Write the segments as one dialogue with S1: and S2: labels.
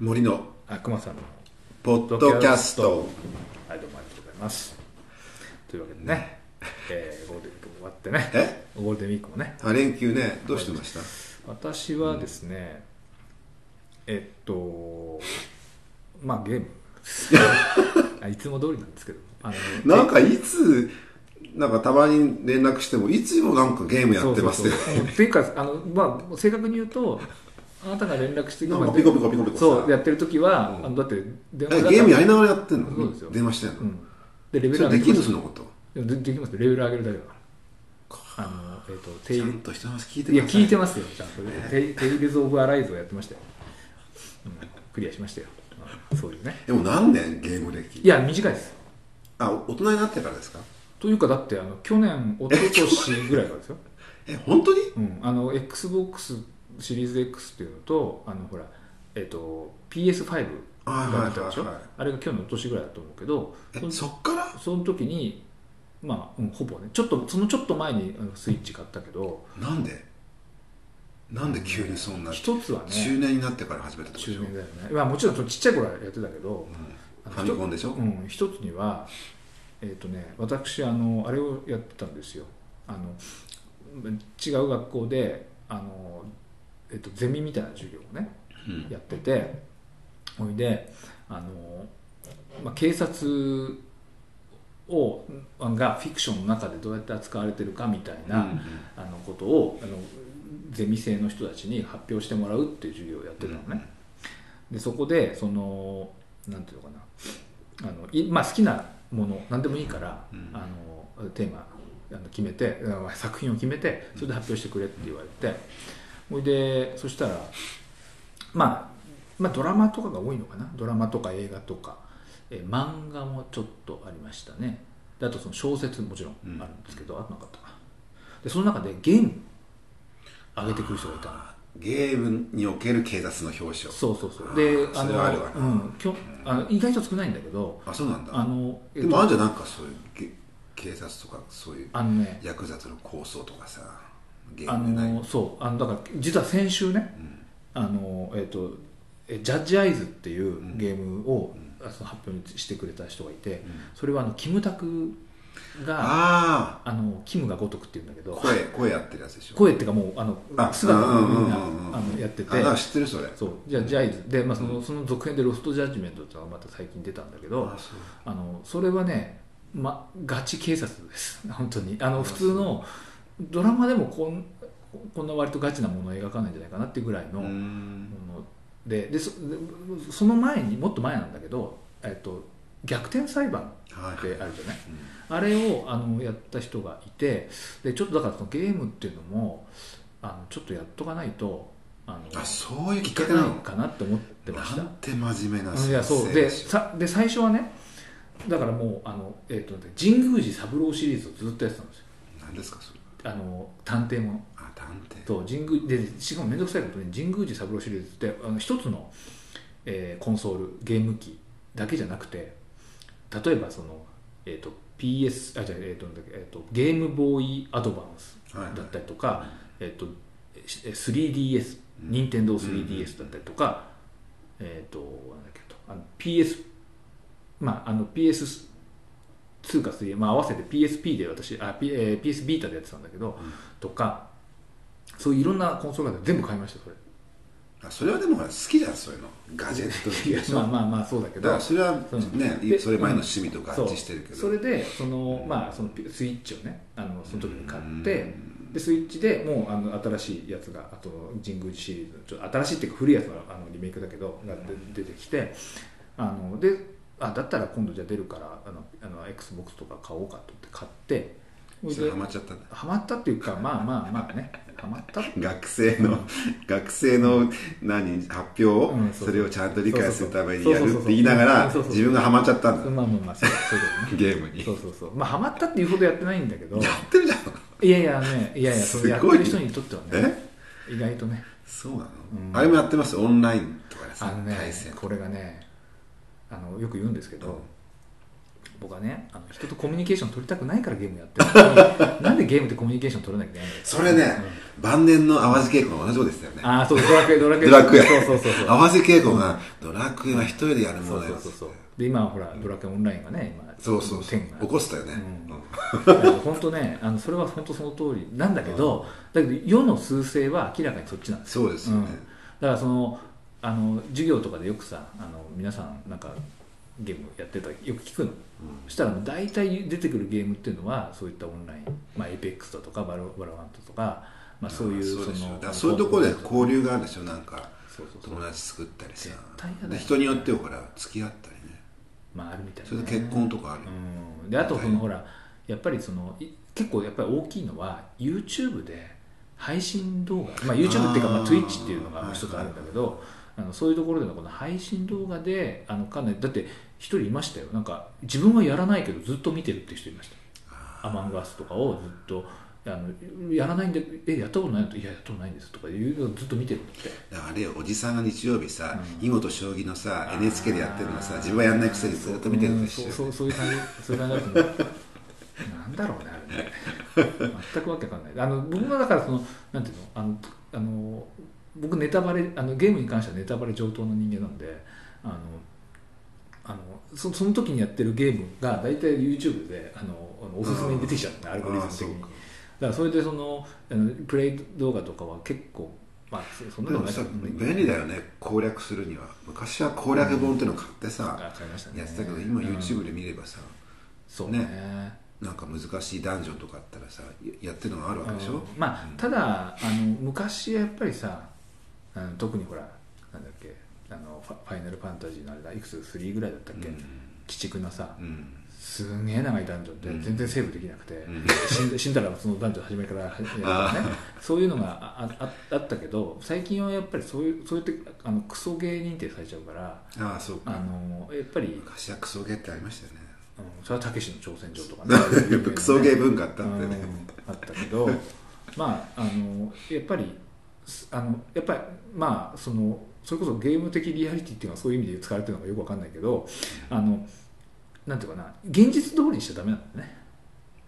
S1: 森の
S2: あくまさんの
S1: ポッドキャスト
S2: はいどうもありがとうございますというわけでね、えーゴールデンウィークも終わってね
S1: え
S2: ゴールデンウィークもね
S1: あ連休ねどうしてました
S2: 私はですね、えっとまあ ゲームあいつも通りなんですけどあの
S1: なんかいつなんかたまに連絡してもいつもなんかゲームやってますね
S2: そうそうそううんっていうかあの、まあ、正確に言うとあなたが連絡して
S1: なんかピコピコピコピコさ
S2: そうやってる時は、
S1: うん
S2: あのだって電
S1: え
S2: だから
S1: ゲームやりながらやってん
S2: そうです
S1: の
S2: よ
S1: 電話してんの、
S2: うんでレベル
S1: それ
S2: 上げ
S1: で
S2: て
S1: きる
S2: ま
S1: そのこと
S2: すでできますレベル上げるだけだからあのえっ、とテ
S1: ち
S2: イ
S1: ゃ
S2: ル
S1: んと人の話聞いて
S2: い
S1: く
S2: や
S1: ださい
S2: 聞いてますよちゃんとテイテイルズ・オブ・アライズをやってましたよ、うん、クリアしましたよ、うんそういうね
S1: でも何年ゲーム歴
S2: いや短いです
S1: あ大人になってからですか
S2: というかだってあの去年一昨年ぐらいからですよ、
S1: え本当に
S2: うん、あの XBOX シリーズ X っていうのとあのほら、えっと PS5
S1: はい
S2: が出たでしょ
S1: はいはいはい
S2: あれが去年一昨年ぐらいだと思うけどそ
S1: え
S2: の
S1: そっから
S2: その時にまあ、うん、ほぼねちょっとそのちょっと前にあのスイッチ買ったけど
S1: なんでなんで急にそんな中
S2: 一つはね
S1: 年になってから始めたってことでし
S2: 中
S1: ょ、
S2: 年だよね、まあ、もちろんそのちっちゃい頃はやってたけど、
S1: うん、ファミコンでしょ、
S2: うん、一つにはえっ、とね私あのあれをやってたんですよあの違う学校であの、えっとゼミみたいな授業をね
S1: うん
S2: やっててほいであの、まあ、警察をがフィクションの中でどうやって扱われてるかみたいな、
S1: うん
S2: あのことをあのゼミ生の人たちに発表してもらうっていう授業をやってたのね、でそこでそのなんていうのかなあのい、まあ、好きなもの何でもいいから、
S1: うん
S2: あのテーマあの決めてうん作品を決めてそれで発表してくれって言われてほいでそしたら、まあ、まあドラマとかが多いのかなドラマとか映画とか、えー漫画もちょっとありましたねであとその小説ももちろんあるんですけど、あとなかったかなでその中でゲーム上げてくる人がいたの
S1: ゲームにおける警察の表彰
S2: そうそうそう
S1: う
S2: で
S1: ん
S2: あ
S1: それ
S2: の
S1: はあるわな
S2: うん、きょあの意外と少ないんだけど
S1: あそうなんだ
S2: あの、えっ
S1: で
S2: と
S1: もあるじゃんなんかそういうけ警察とかそういう
S2: あのね
S1: ヤクザとの抗争とかさゲ
S2: あ
S1: ームでない
S2: のそうあのだから実は先週ね
S1: うん
S2: あの、えっとえジャッジアイズっていうんゲームを、あその発表してくれた人がいて、
S1: ん
S2: それはあのキムタクがあ
S1: あ
S2: のキムが如くっていうんだけ
S1: あ
S2: ど
S1: 声声やってるやつでしょ
S2: 声っていうかもうあの
S1: あ
S2: 姿をみんな
S1: うんうんうんうん
S2: あのやってて
S1: あなんか知ってるそれ
S2: そうジャッジアイズで、まあ、そのその続編で「ロスト・ジャッジメント」っていうのがまた最近出たんだけど、
S1: あそう
S2: あのそれはね、ま、ガチ警察です本当にあの
S1: あ
S2: 普通のドラマでもこんこんな割とガチなものを描かないんじゃないかなっていうぐらいの
S1: う
S2: もの
S1: ん
S2: ででそでその前にもっと前なんだけど、えっと、逆転裁判
S1: はい
S2: ってあるじゃない、
S1: うん
S2: あれをあのやった人がいてでちょっとだからそのゲームっていうのもあのちょっとやっとかないとあの
S1: あそういうきっ
S2: い
S1: か
S2: け
S1: け
S2: な
S1: ないの
S2: かなって思ってました
S1: なんて真面目な先
S2: い
S1: 生
S2: やそうで
S1: しょ
S2: さで最初はねだからもうあの、えー、とね神宮寺三郎シリーズをずっとやってたんですよ
S1: 何ですかそれ
S2: あの探偵もの
S1: あ探偵
S2: と神宮でしかも面倒くさいことに神宮寺三郎シリーズってあの一つの、えーコンソールゲーム機だけじゃなくて例えばその、えー、と PS あじゃあ、えーとなんだっけえー、とゲームボーイアドバンス
S1: はい
S2: だったりとか、えっとえ 3DS 任天堂 3DS だったりとか、えっとなんだっけとあの PS まああの PS 通貨3、まあ、合わせて PSP で私あ、P えー PS ビータでやってたんだけど、
S1: うん
S2: とかそういういろんなコンソールが全部買いましたそれ
S1: あそれはでもほら好きじゃんそういうのガジェット好きでし
S2: まあ
S1: ょ
S2: まあまあそうだけ
S1: だか
S2: ど
S1: らそれは
S2: そう
S1: ね
S2: で
S1: それ前の趣味と合致してるけど
S2: そうそれでその、
S1: うん
S2: まあ、そのスイッチをねあのその時に買っ
S1: う
S2: て
S1: ん
S2: でスイッチでもうあの新しいやつがあと神宮寺シリーズちょっと新しいっていうか古いやつのあのリメイクだけどが出出てきてあのであだったら今度じゃあ出るからあのあの XBOX とか買おうかと思って買ってそれ
S1: そ
S2: で
S1: れハマっちゃったんだ
S2: ハマったっていうかまあまあまあねハマったって
S1: 学生の 学生の何発表を
S2: うんそうそう
S1: それをちゃんと理解するために
S2: そう
S1: や
S2: そうそう
S1: るって言いながら
S2: そうそうそう
S1: 自分がハマっちゃったん
S2: まあ
S1: だ
S2: まあまあそうそうだよね
S1: ゲー ムに
S2: そうそうそうまあハマったっていうほどやってないんだけど
S1: やってるじゃん
S2: いやいやねいやいや
S1: す
S2: そ
S1: ご
S2: れ
S1: い
S2: やってる人にとってはね
S1: え
S2: 意外とね
S1: そうなの
S2: うん
S1: あれもやってますオンラインとかで
S2: あ
S1: さ
S2: のね
S1: 対戦
S2: これがねあのよく言うんですけど、僕はねあの人とコミュニケーション取りたくないからゲームやって るのになんでゲームってコミュニケーション取れなきゃいけないんだよ
S1: それね、晩年の淡路稽古も同じことですよね。
S2: ああそうドラクエドラクエ
S1: ドラクエ。
S2: そうそうそう そう
S1: 淡路稽古が、ドラクエは一人でやるも
S2: そう
S1: のだ
S2: そ
S1: よ
S2: うそうそうで今はほらドラクエオンラインがね今
S1: そうそうそう
S2: 10が
S1: 起こしたよね、
S2: うん
S1: うん
S2: 本当ねあのそれは本当その通りなんだけど、だけど世の趨勢は明らかにそっちなんです
S1: そうですよ
S2: うん、
S1: ね
S2: だ、からそのあの授業とかでよくさあの皆さんなんかゲームやってたよく聞くの、そしたら大体出てくるゲームっていうのはそういったオンライン、まあ、エイペックスだとかバロバロワントとか、まあ、そういう
S1: ああそうでしょ
S2: の
S1: だからそういうところで交流があるでしょなんか
S2: そうそうそう
S1: 友達作ったりさ
S2: 絶対やだよ
S1: で人によってはほら付き合ったりね
S2: まああるみたいな
S1: それ
S2: ね、
S1: で結婚とかあるよ、
S2: うん、であとそのほらやっぱりそのい結構やっぱり大きいのは YouTube で配信動画、まあ、YouTube っていうかまあ
S1: あー
S2: Twitch っていうのが一つあるんだけど、あのそういうところでのこの配信動画であのかなりだって一人いましたよなんか自分はやらないけどずっと見てるって人いました「アマンガス」とかをずっとあのやらないんで「えやったことないの?」いややったことないんです」とかいうのをずっと見てるんだって
S1: だからあれよおじさんが日曜日さ、囲碁と将棋のさ
S2: あー
S1: NHK でやってるのさ自分はやんないくせにずっと見てるのと一緒
S2: うん
S1: よ
S2: そうそうそういう感じそういう感じだと思うなんだろうねあれね全くわけわかんないあの僕もだからそのなんていうのあのあの僕ネタバレあのゲームに関してはネタバレ上等の人間なんであのあのそその時にやってるゲームが大体 YouTube であのあのおすすめに出てきちゃったアルゴリズム
S1: あー
S2: 的
S1: そう
S2: にだ
S1: か
S2: からそれでそのあのプレイ動画とかは結構まあそそんな
S1: で
S2: でも
S1: も
S2: ない
S1: さ便利だよね攻略するには昔は攻略本っていうの買ってさ
S2: あ、買いましたね
S1: やってたけど今
S2: うん
S1: YouTube で見ればさ、
S2: そうね
S1: なんか難しいダンジョンとかあったらさややってるのがあるわけでしょ、
S2: うんまあただあの昔やっぱりさあの特にほらなんだっけあのファファイナルファンタジーのあれだいくつ3ぐらいだったっけ、
S1: うん
S2: 鬼畜なさ
S1: うん
S2: すんげえ長いダンジョンで
S1: うん
S2: 全然セーブできなくて、
S1: ん
S2: 死ん死んだらそのダンジョン始め からやるとかねそういうのがあああったけど最近はやっぱりそういうそうやってあのクソ芸人ってされちゃうから
S1: ああそう
S2: あ
S1: か
S2: のやっぱり、
S1: 昔はクソゲーってありましたよね
S2: うん、それはたけしの挑戦状とか
S1: やっぱクソゲー文化あったってね
S2: うんあったけどまああのやっぱりすあのやっぱりまあそのそれこそゲーム的リアリティっていうのはそういう意味で使われてるのかよくわかんないけどあのなんていうかな現実通りにしちゃダメなんだよね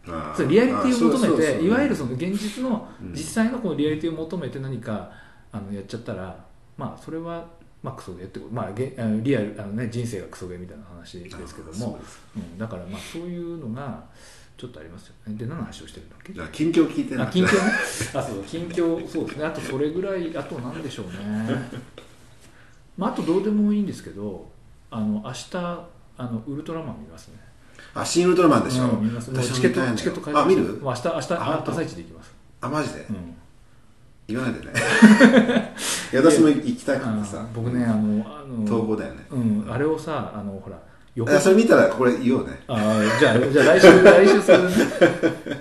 S1: ああ
S2: そうリアリティを
S1: あ
S2: 求
S1: あそ
S2: め
S1: うそうそ
S2: て
S1: う
S2: いわゆるその現実の
S1: うん
S2: 実際のこのリアリティを求めて何かあのやっちゃったらまあそれはまあクソゲーってことまあゲあのリアルあのね人生がクソゲーみたいな話ですけども
S1: ああそうです
S2: うん、だからまあそういうのがちょっとありますよねで何の話をしてるんだっけ
S1: じゃあ近況聞いてな
S2: あ
S1: い
S2: 近況ね あそう近況そうですねあとそれぐらいあとなんでしょうね まああとどうでもいいんですけどあの明日あのウルトラマン見ますね
S1: あ新ウルトラマンでしょ、
S2: うん見ますもう
S1: 私も
S2: チケ
S1: 見たい
S2: ッ
S1: の
S2: ト
S1: よ
S2: チケット買い
S1: あ
S2: ま
S1: 見
S2: した
S1: る
S2: もう明日明日
S1: あ本当
S2: 朝一で行きます、
S1: あマ ジで、
S2: うん
S1: 言わないでねいや私も行きたいから
S2: あ
S1: さ
S2: の僕ねあのあの
S1: 東宝だよね、
S2: うんあれをさあのほら横
S1: あそれ見たらこれ言おうね
S2: あーじゃあ、じゃあ来週、来週す るね。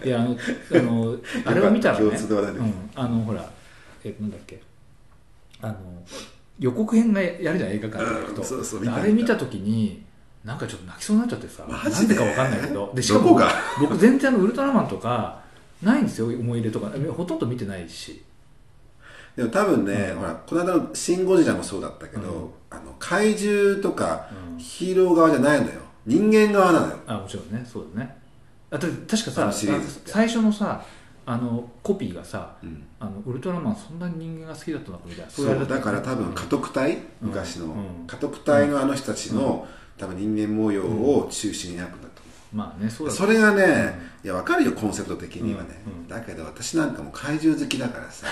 S2: いや、あの、あの、あれを見たらね、
S1: 共通の話題で
S2: うん、あの、ほら、えっと、なんだっけ、あの、予告編がやるじゃん、映画館で行くと。
S1: うんそうそう見た
S2: あれ見たときに、なんかちょっと泣きそうになっちゃってさ、
S1: マ
S2: なん
S1: ジで
S2: でかわかんないけど、で、しか
S1: ど
S2: も
S1: こが
S2: 僕、全然あの、ウルトラマンとか、ないんですよ、思い入れとか、ほとんど見てないし。
S1: でも多分ね、ほら、この間の「シン・ゴジラ」もそうだったけど、
S2: うん
S1: あの怪獣とか
S2: うん
S1: ヒーロー側じゃないのよ人間側なのよ
S2: あもちろんねそうだねあだって確かさ
S1: あ
S2: あ
S1: のシリーズって
S2: 最初のさあのコピーがさ、
S1: うん
S2: あのウルトラマンそんなに人間が好きだったのかみたいな
S1: そう
S2: いうあれった
S1: だから多分家督隊、昔の、
S2: うん
S1: 家督隊のあの人たちの、多分人間模様を中心に描くんだと思
S2: まあねそう
S1: う、
S2: だ
S1: それがね、いや分かるよコンセプト的にはね、
S2: うんうん
S1: だけど私なんかもう怪獣好きだから さ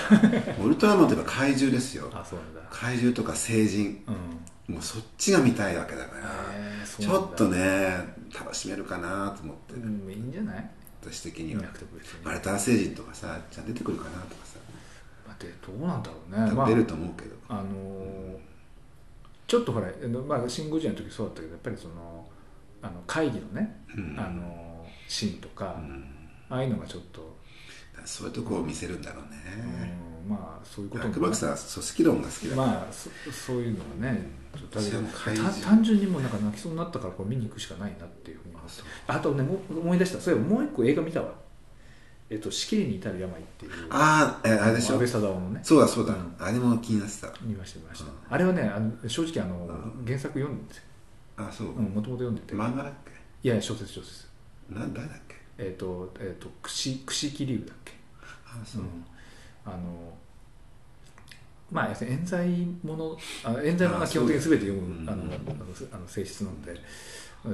S1: ウルトラマンといえば怪獣ですよ
S2: あそうなんだ
S1: 怪獣とか成人
S2: うん
S1: もうそっちが見たいわけだから、
S2: へえそう
S1: ち
S2: なんだ
S1: ょっとね楽しめるかなと思って、
S2: うんいいんじゃない
S1: 私的に
S2: 見
S1: は
S2: なくても別に
S1: アルター星人とかさじゃあ出てくるかなとかさ
S2: まあでどうなんだろうね
S1: 多分
S2: まあ
S1: 出ると思うけど、
S2: あのーちょっとほらあの、まあ、シン・ゴジラの時そうだったけどやっぱりそのあの会議のね、
S1: うん
S2: あのーシーンとか、
S1: うん
S2: ああいうのがちょっと、
S1: そういうとこを見せるんだろうね、
S2: うんまあそういうこと
S1: 角幕さんは組織論が好きだから、
S2: まあそそういうのはねちょっとだけど
S1: それも怪獣
S2: た単純にもうなんか泣きそうになったからこれ見に行くしかないなっていうふうに
S1: あそう
S2: あとねもう思い出したそういえばもう一個映画見たわ「えっと、死刑に至る病」っていう
S1: あーえあれでし
S2: 安
S1: ょ
S2: 倍貞夫のね
S1: そうだそうだ、
S2: うん
S1: あれも気になってた
S2: 見ました見ました、
S1: うん
S2: あれはねあの正直あの原作読んでるんですよ
S1: あそう、
S2: もともと読んでて、
S1: 漫画だっけ
S2: いやいや小説小説
S1: なん誰だっけ
S2: えっ、とえっ、と串串木龍だっけ
S1: あ
S2: うんあのまあ要するに冤罪ものあ冤罪ものは基本的に全て読む
S1: あ
S2: あ
S1: そう
S2: の
S1: うん
S2: あのあの性質なので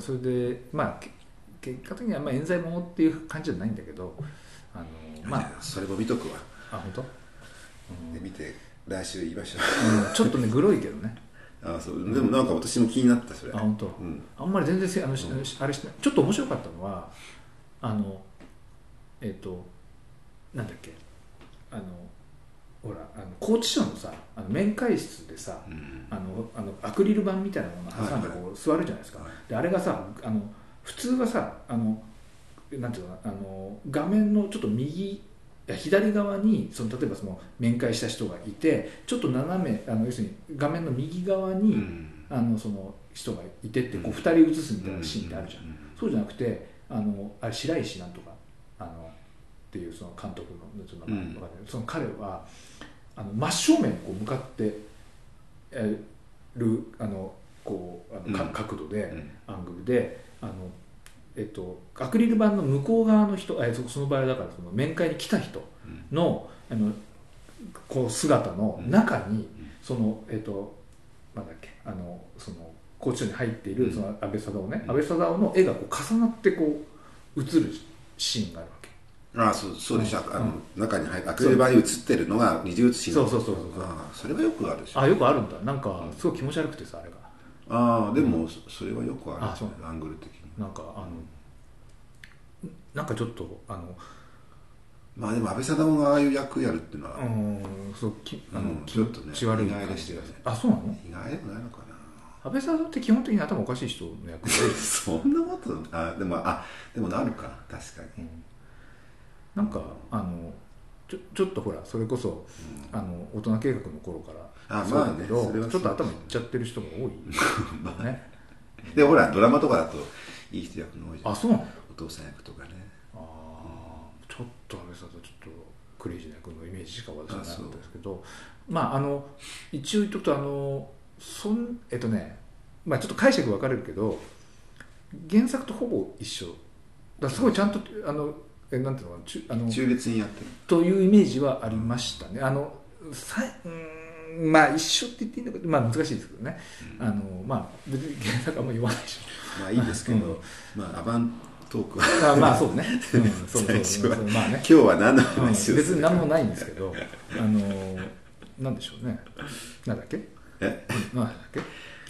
S2: それでまあけ結果的にはまあ冤罪ものっていう感じじゃないんだけどあの
S1: ま
S2: まあ
S1: あそれも見とくわ
S2: あ本当、うん
S1: で見て来週言いましょ
S2: うんちょっとねグロいけどね
S1: う あそうでもなんか私も気になったそれ
S2: あ本当、
S1: うん
S2: あんまり全然せあの、しあれしてないちょっと面白かったのはあのえっ、となんだっけあのほらあの拘置所のさあの面会室でさ、
S1: うん
S2: あのあのアクリル板みたいなものを挟んで
S1: はい
S2: こう座るじゃないですか、
S1: はい
S2: であれがさあの普通はさあのなんていうのかなあの画面のちょっと右いや左側にその例えばその面会した人がいてちょっと斜めあの要するに画面の右側に、
S1: うん
S2: あのその人がいてってこう
S1: うん
S2: 2人映すみたいなシーンってあるじゃん、
S1: うん
S2: そうじゃなくてあのあれ白石なんとかあのっていうその監督のちょっと名前
S1: うん
S2: わかんないその彼はあの真正面にこう向かってえーるあのこうあのか
S1: うん
S2: 角度で、
S1: うん
S2: アングルであの、えっと、アクリル板の向こう側の人えそその場合はだからその面会に来た人の,、あのこう姿の中に、そのえっ、となんだっけあのその拘置所に入っている
S1: うん
S2: その安倍貞夫ね、
S1: うん
S2: 安倍貞夫の絵がこう重なってこう映るシーンがあるわけ
S1: ああそうそうでした、
S2: うん
S1: あの中に入ってアクリル板に映ってるのが二重写し
S2: そうそうそうそうそう
S1: ああそれはよくあるでしょ
S2: あよくあるんだなんかすごい気持ち悪くてさあれが
S1: ああでもそそれはよくある
S2: あそう
S1: アングル的に
S2: なんかあのなんかちょっとあの
S1: まあでも安倍貞夫がああいう役やるっていうのは
S2: うーんそうきあの、
S1: うん
S2: 気
S1: ちょっとね
S2: 持ち悪い
S1: 意外
S2: 感
S1: でし
S2: じ
S1: た
S2: が
S1: よね
S2: あそうなの
S1: 意外でもないのかな
S2: 安倍さんって基本的に頭おかしい人の役が多い
S1: そんなことあでもあでもなるか確かに
S2: なんかあのちょちょっとほらそれこそ、あの大人計画の頃から
S1: あ
S2: そうだけど、
S1: まあねそれは
S2: ち
S1: そ
S2: ょ
S1: う
S2: っと頭いっちゃってる人が 多いね
S1: でほらドラマとかだといい人役の多いじゃん
S2: あそうなの
S1: お父さん役とかね
S2: あーちょっと安倍さんとちょっとクレイジーな役のイメージしか私はなかったですけどまああの一応言っとくとあのそんえっとねまあちょっと解釈分かれるけど原作とほぼ一緒だからすごいちゃんとあのえなんていうのかなちゅあの
S1: 中立にやってる
S2: というイメージはありましたね。あのさいうーんまあ一緒って言っていいのか、まあ、難しいですけどね、あのまあ、別に原作あんま言わないでし
S1: まあいいですけど、
S2: うん
S1: まあアバントークは
S2: ょあまあそうね、うん、そ うそう
S1: 最初は
S2: そうまあね
S1: 今、日は何の
S2: うん
S1: 話をする
S2: 別に何もないんですけどあのなんでしょうねなんだっけ
S1: え
S2: うんなんだっけ
S1: 今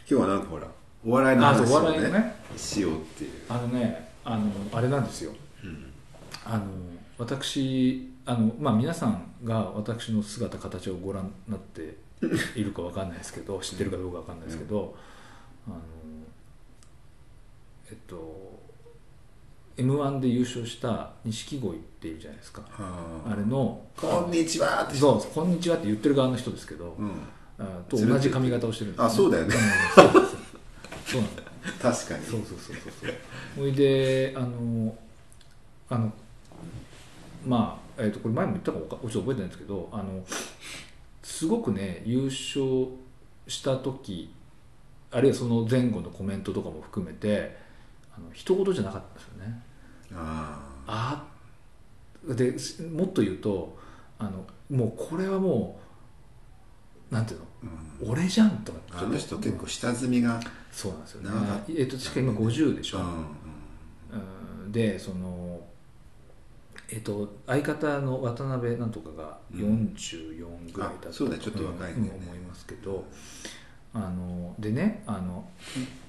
S1: 日はなんかほらお笑いの
S2: あ
S1: 話
S2: そうお
S1: を
S2: 笑い
S1: ね
S2: のね
S1: しようっていう、
S2: あのねあのあれなんですよ
S1: うん
S2: あの私あの、まあ、皆さんが私の姿形をご覧になっているかわかんないですけど知ってるかどうかわかんないですけど、あのえっと m 1で優勝した錦鯉っていうじゃないですか
S1: あ
S2: あれの「
S1: こんにちはって
S2: そうこんにちは」って言ってる側の人ですけど、
S1: うん、
S2: あと同じ髪型をしてるんです、
S1: あそうだよね
S2: うんそうですそうなんだよ
S1: 確かに
S2: そうそうそうそうそうほいであのあのまあ、えー、とこれ前も言ったかわかちょっと覚えてないんですけどあのすごくね優勝した時あるいはその前後のコメントとかも含めてあの一言じゃなかったですよね
S1: ああ
S2: あでしもっと言うとあのもうこれはもうなんていうの
S1: うん
S2: 俺じゃんとか
S1: あの人結構下積みが、
S2: そうなんですよね
S1: 長かっ、
S2: えー、と確か今50でしょ、
S1: う
S2: うんでそのえっと相方の渡辺なんとかが
S1: うん
S2: 44ぐらいだった
S1: あそうだちょっと若いんだよね
S2: うん思いますけどあのでねあの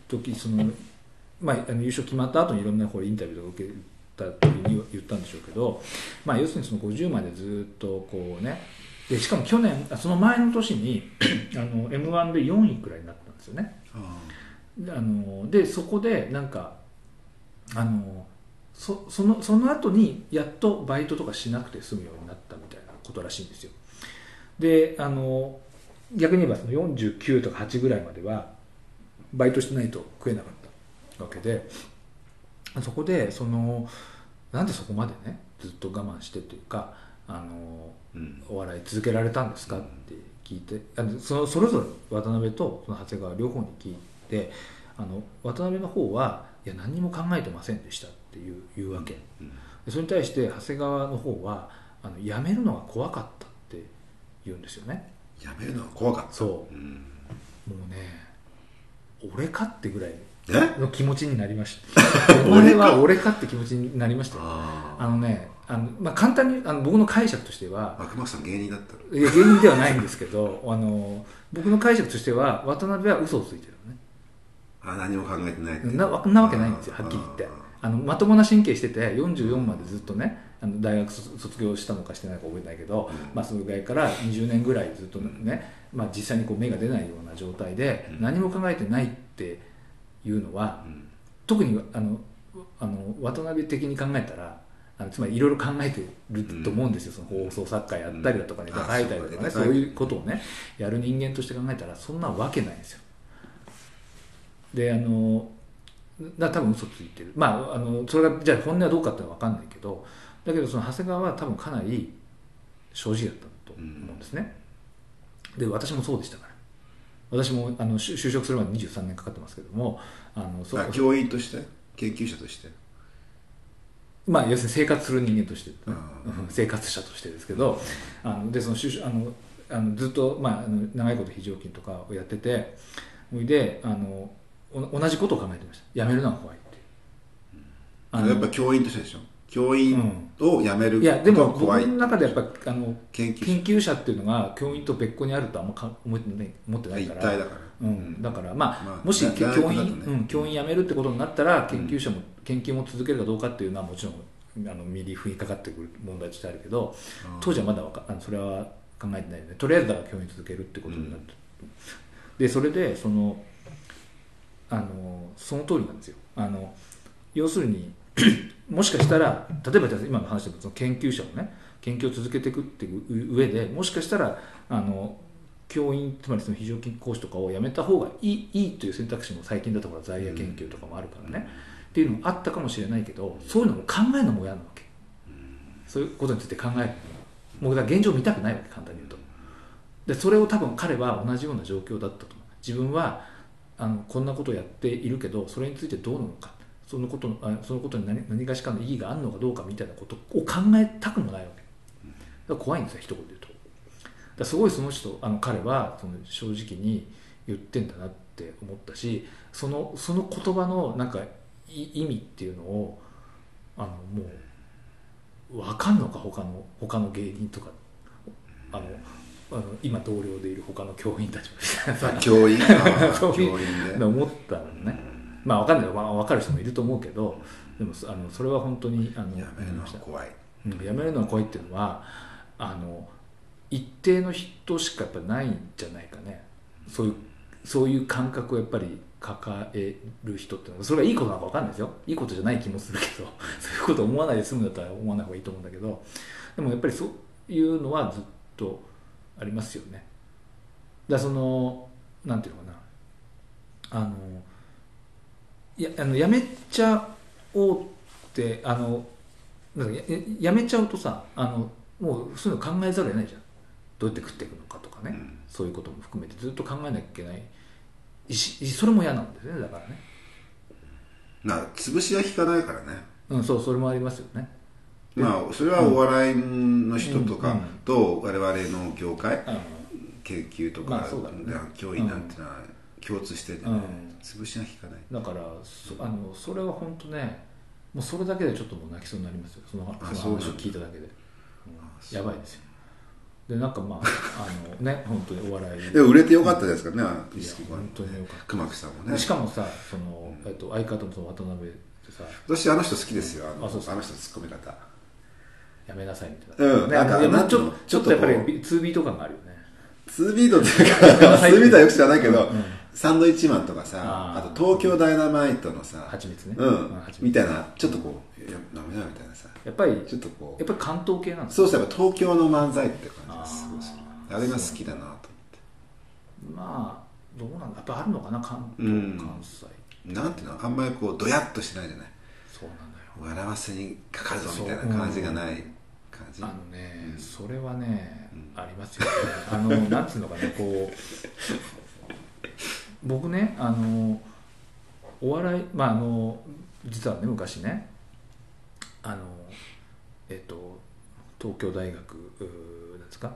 S2: 一時その、まあ、あの優勝決まった後にいろんなこれインタビューとか受けた時に言ったんでしょうけど、まあ、要するにその50までずっとこうねでしかも去年あその前の年に あの m 1で4位くらいになったんですよね。
S1: んあ
S2: あのでそこでなんかあのそそのその後にやっとバイトとかしなくて済むようになったみたいなことらしいんですよであの逆に言えばその49とか8ぐらいまではバイトしてないと食えなかったわけでそこでそのなんでそこまでねずっと我慢してというかあの
S1: うん
S2: お笑い続けられたんですかって聞いてあのそのそれぞれ渡辺とその長谷川両方に聞いてあの渡辺の方はいや何にも考えてませんでしたっていう言うわけ、でそれに対して長谷川の方はあの辞めるのが怖かったって言うんですよね
S1: やめるのは怖かった
S2: そ
S1: うん
S2: うもうね俺かってぐらい
S1: え
S2: の気持ちになりました お前は俺かって気持ちになりましたよあ
S1: あ
S2: のねあの、まあ、簡単にあの僕の解釈としては
S1: あ悪魔さん芸人だったの
S2: いや芸人ではないんですけどあの僕の解釈としては渡辺は嘘をついてるのね
S1: あ何も考えてないって
S2: なわなわけないんですよはっきり言って
S1: あ
S2: あのまともな神経してて44までずっとねあの大学卒卒業したのかしてないか覚えてないけど、
S1: うん
S2: まあ、そのぐらいから20年ぐらいずっとね、まあ、実際にこう目が出ないような状態で
S1: うん
S2: 何も考えてないっていうのは
S1: ーうん
S2: 特にあのあの渡辺的に考えたらあのつまりいろいろ考えてると思うんですよ、その放送作家やったりだとかね、
S1: うん
S2: 書いたりとかね
S1: あ
S2: そ
S1: そうだ
S2: う
S1: ね
S2: いうことをねやる人間として考えたらそんなわけないんですよであのだ多分嘘ついてるまああのそれがじゃあ本音はどうかってのは分かんないけどだけどその長谷川は多分かなり正直だったと思うんですね、で私もそうでしたから私もあの就就職するまで23年かかってますけどもあのそ
S1: あ教員として研究者として
S2: まあ、要するに生活する人間として、
S1: あ
S2: うん生活者としてですけどあのでその就職あのあのずっと、まあ、あの長いこと非常勤とかをやっててほいであのお同じことを考えてました辞めるのは怖いってあの
S1: やっぱ教員としてでしょ教員を辞める
S2: い
S1: こ
S2: やで
S1: と
S2: も
S1: は
S2: 僕
S1: 怖い、
S2: の中でやっぱあの
S1: 研究者
S2: 研究者っていうのが教員と別個にあるとはあんまか思ってない思って
S1: が
S2: ない
S1: 一
S2: から
S1: 体だから、
S2: うん、だから、まあ
S1: まあ
S2: もし
S1: な
S2: け教
S1: 大学
S2: 員、
S1: だとね
S2: うん、教員辞めるってことになったら研究者も、研究も続けるかどうかっていうのはもちろんあの身に降りかかってくる問題としてあるけど
S1: あー
S2: 当時はまだわかあのそれは考えてないよねとりあえずだから教員続けるってことになって、でそれでそのあのその通りなんですよあの要するに もしかしたら例えばじゃあ今の話でもその研究者をね研究を続けていくっていう上でもしかしたらあの教員つまりその非常勤講師とかをやめた方がいいいいという選択肢も最近だとほら在野研究とかもあるからね、っていうのもあったかもしれないけどそういうのも考えるのも嫌なわけ、そういうことについて考えるのももうだから現状見たくないわけ簡単に言うとでそれを多分彼は同じような状況だったと思う自分はあのこんなことをやっているけどそれについてどうなのかそのことのあそのことに何何かしかの意義があるのかどうかみたいなことを考えたくもないわけだから怖いんですよ一言で言うとだからすごいその人あの彼はその正直に言ってんだなって思ったしそのその言葉のなんかい意味っていうのをあのもう分かんのか他の他の芸人とかあのあの今同僚でいる他の教員たちもみたいなさ
S1: 教員あー
S2: 教
S1: 教
S2: 員
S1: 員で、
S2: 思ったのねまあ分かんない、まあ、分かる人もいると思うけどでもそあのそれは本当にあの
S1: やめるの
S2: ま
S1: は
S2: した
S1: 怖い
S2: うんやめるのは怖いっていうのはあの一定の人しかやっぱないんじゃないかねそういうそういう感覚をやっぱり抱える人っていうのはそれがいいことなのか分かんないですよいいことじゃない気もするけどそういうこと思わないで済むんだったら思わない方がいいと思うんだけどでもやっぱりそういうのはずっとありますよねだからそのなんていうのかなあのいやあのやめちゃおうってあのなんかやややめちゃうとさあのもうそういうの考えざるを得ないじゃんどうやって食っていくのかとかね、
S1: うん
S2: そういうことも含めてずっと考えなきゃいけないしそれも嫌なんですねだからね
S1: な潰しは引かないからね
S2: うんそうそれもありますよね
S1: まあそれはお笑いの人と
S2: うん
S1: か
S2: うん
S1: と我々の業界
S2: あの
S1: 研究とか、
S2: まあそうだろうね
S1: 教員なんてのは共通してるよね、
S2: うん
S1: 潰しは引かない
S2: だからそあのそれは本当ねもうそれだけでちょっともう泣きそうになりますよその
S1: あ
S2: その
S1: そう
S2: 話
S1: な
S2: を
S1: んだ
S2: 聞いただけで、
S1: あそう
S2: やばいですよでなんかまああの ね本当にお笑い
S1: でも売れてよかったじゃないですかね、
S2: いや
S1: 錦鯉
S2: 本当によかっ
S1: 熊木さんも
S2: た、
S1: ね
S2: しかもさその、えっと、相方もその渡辺ってさ
S1: 私あの人好きですよあの
S2: あそうですか
S1: あの人のツッコミ方
S2: やめなさいみたいな、
S1: うん
S2: ねあの
S1: なんか
S2: いやまあ
S1: なんて
S2: ち
S1: い
S2: ょ
S1: う
S2: っ
S1: の
S2: とちょっとやっぱり 2B とかがあるよね
S1: ツービートっていう か、ツービートはよく知らないけど、サンドイッチマンとかさ、
S2: あ
S1: あ
S2: ー
S1: と東京ダイナマイトのさ、
S2: 蜂蜜ね
S1: う
S2: うん
S1: ん
S2: 蜂蜜、
S1: みたいな、ちょっとこう、いや、ダメだみたいなさ、
S2: やっぱりや
S1: ちょっとこ
S2: っぱり関東系な
S1: う、
S2: んです
S1: そうすれば東京の漫才って感じがすごいす
S2: あー
S1: る。あれが好きだなと思って。
S2: まあどうなんだやっぱあるのかな関東、
S1: うん
S2: 関西
S1: なんていうのあんまりこう、ドヤっとしてないじゃない。
S2: そうなんだよ
S1: 笑わせにかかるぞみたいな感じがない感じ。
S2: あのね、それはね、
S1: う
S2: ありますよ、ね、 あのなんつうのかねこう僕ねあのお笑いまああの実はね昔ねあのえっと東京大学うーなんですか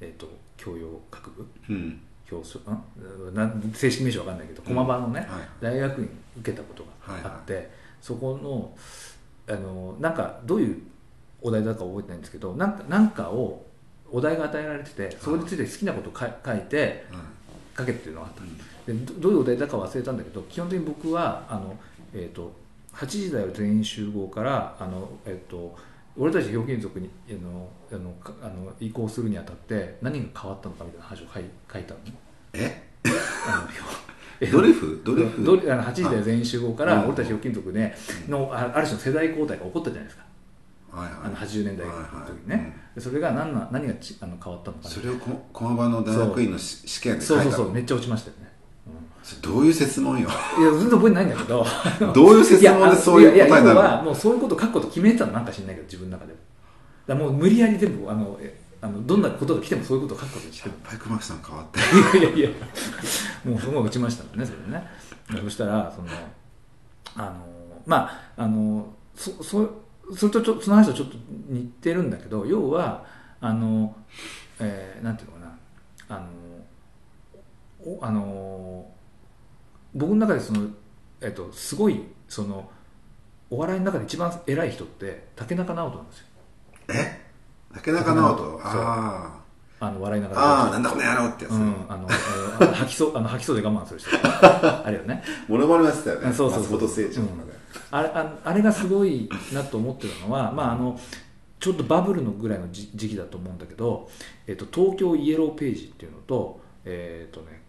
S2: えっと教養学部
S1: うん
S2: 教祖んなん正式名称わかんないけど駒場のね、
S1: はい
S2: 大学院受けたことがあって、そこのあのなんかどういうお題だか覚えてないんですけどなんかなんかをお題が与えられててそれについて好きなことを書い書いて
S1: う
S2: 書けっていうのがあった
S1: ん
S2: でどどういうお題だか忘れたんだけど基本的に僕はあの、えー、と8時だよ全員集合からあの、えー、と俺たちひょうきん族にあのあのかあの移行するにあたって何が変わったのかみたいな話を書い書いたのね。
S1: え
S2: あのひょ え
S1: ドリフドリフ
S2: ドリあの8時だよ全員集合か
S1: は
S2: ら
S1: い
S2: 俺たちひょうきん族でのあある種の世代交代が起こったじゃないですか
S1: はいはい
S2: あの80年代の時にね、
S1: はいはい
S2: でそれが何な何がちあの変わったのかな
S1: それをこ駒場の大学院のし試験で書
S2: そ
S1: いうた
S2: そ
S1: の
S2: うそうめっちゃ落ちましたよね、
S1: それどういう説問 よ
S2: うんいや全然覚えてないんだけ ど
S1: どういう説問でそういう答えになるの
S2: いやいや要はもうそういうこと書くこと決めてたのなんか知んないけど自分の中でもだからもう無理やり全部あのえあのどんなことが来てもそういうことを書くことにしてる
S1: パイクマキさん変わって
S2: いやいやいやもうすごい打ちましたもんねそれねそしたらそのあのまああのそそそれとちょその話とちょっと似てるんだけど要はあの、えーなんていうのかなあのおあの僕の中でその、えっと、すごいそのお笑いの中で一番偉い人って竹中直人なんですよ
S1: 竹中直人
S2: そう
S1: あ
S2: あの笑いな
S1: あ
S2: がら
S1: ああなんだこの野郎ってやつ、
S2: うん、あの、あの吐きそう、あの、吐きそうで我慢 する人。あれよね。
S1: モノマネもやってたよね
S2: あそうそうそう
S1: 松本清張とかで、
S2: あれ、ああれがすごいなと思ってたのは、まあ、あの、ちょっとバブルのぐらいのじ時期だと思うんだけど、えっと、東京イエローページっていうのと、えっとね、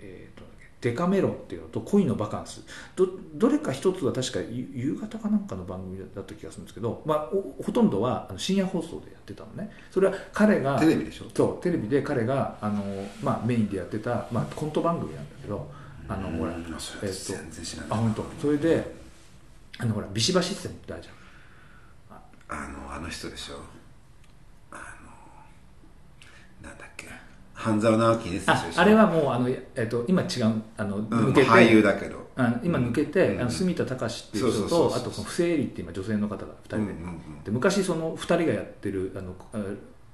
S2: えっと、デカメロンっていうのと恋のバカンスどどれか一つは確か夕夕方かなんかの番組だった気がするんですけど、まあ、おほとんどはあの深夜放送でやってたのねそれは彼が
S1: テレビでしょ
S2: そうテレビで彼があの、まあ、メインでやってた、まあ、コント番組なんだけどあのほら
S1: うんそれ
S2: えっと
S1: 全然知ら
S2: あ
S1: ない
S2: 本当それであのほらビシバシステムってあるじゃん
S1: あのあの人でしょあのなんだっけ半沢直樹ですで
S2: あ
S1: しょ
S2: あれはもうあの、えっと、今違うあの、
S1: うん、
S2: 抜けて
S1: 俳優だけど
S2: あの今抜けて、
S1: うん
S2: あの住田隆っていう
S1: そ
S2: 人
S1: うそうそう
S2: と
S1: そう
S2: あとその不正理って今女性の方が2人で,、
S1: うんうんうん
S2: で昔その2人がやってるあのあ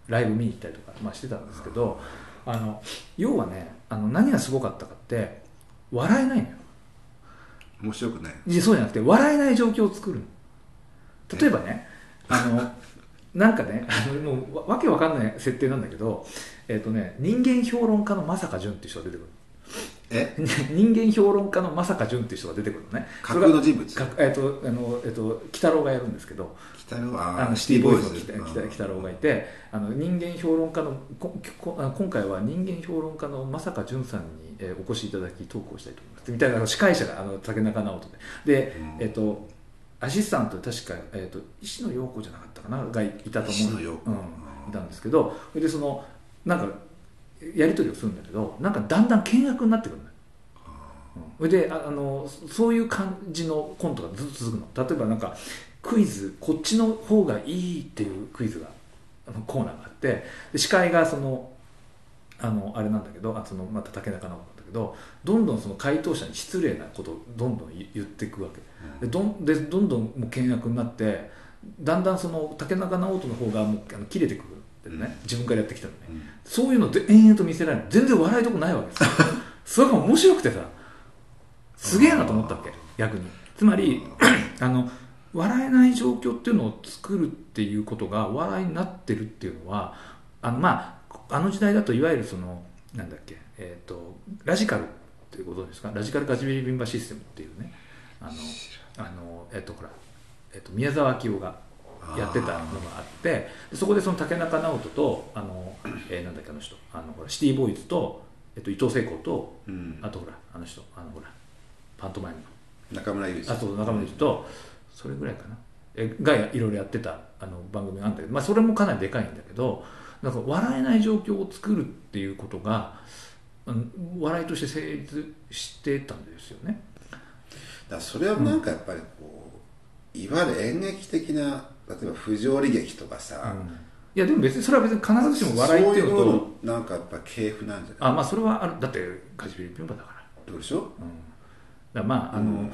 S2: ライブ見に行ったりとか、まあ、してたんですけど、あの要はねあの何がすごかったかって笑えないのよ
S1: 面白くない
S2: いやそうじゃなくて笑えない状況を作るの例えばねあのなんかねあのもうわわけわかんない設定なんだけど、えっとね、人間評論家の正香淳っていう人が出てくる
S1: え
S2: 人間評論家の正香淳っていう人が出てくるのね
S1: 架空の人物
S2: それがかえっとあのえっと鬼太郎がやるんですけど
S1: 北郎
S2: あ
S1: あ
S2: の
S1: あ
S2: シティボーイズの
S1: シティボ
S2: 北北北郎が
S1: い
S2: いてあの人間評論家のここあ今回は人間評論家の正香淳さんに、えーお越しいただきトークをしたいと思いますみたいなあの司会者があの竹中直人でで、
S1: うん
S2: えっとアシスタントで確か、えっと石野陽子じゃなかったかながいたと思
S1: 石
S2: う
S1: 野陽子
S2: うん、いたんですけどそれでそのなんかやり取りをするんだけどなんかだんだん険悪になってくるのよそれでああのそそういう感じのコントがずっと続くの例えばなんかクイズこっちの方がいいっていうクイズがあのコーナーがあってで司会がそのあのあれなんだけどあそのまた竹中直人なんだけどどんどんその回答者に失礼なことをどんどん言言っていくわけでどんでどんどんもう険悪になってだんだんその竹中直人の方がもうあの切れてくるんだよね自分からやってきたのね、
S1: うん
S2: そういうので延々と見せられる全然笑いとこないわけですよそれが面白くてさすげえなと思ったわけ逆につまりあの笑えない状況っていうのを作るっていうことが笑いになってるっていうのはあのまああの時代だといわゆるそのなんだっけえっ、とラジカルっていうことですかラジカルガチビリビンバシステムっていうねあのあのえっ、とほら、えっと宮沢明夫がやってたのがあってでそこでその竹中直人とあの、えーなんだっけあの人あのほらシティボーイズと、えっと伊藤聖子と
S1: うん
S2: あとほらあの人あのほらパントマイムの
S1: 中村雄
S2: あと中村ゆうとそれぐらいかなえがいろいろやってたあの番組があるんだけど、まあ、それもかなりでかいんだけどなんか笑えない状況を作るっていうことが、うん、笑いとして成立してたんですよね。
S1: だからそれはなんかやっぱりこう、いわゆる演劇的な例えば不条理劇とかさ、
S2: うんいやでも別にそれは別に必ずしも笑いっていうのと
S1: そういうものなんかやっぱ系譜なんじゃない
S2: あまあそれはあるだってガジビリピンバだから
S1: どうでしょう、
S2: うんらまああの、
S1: うん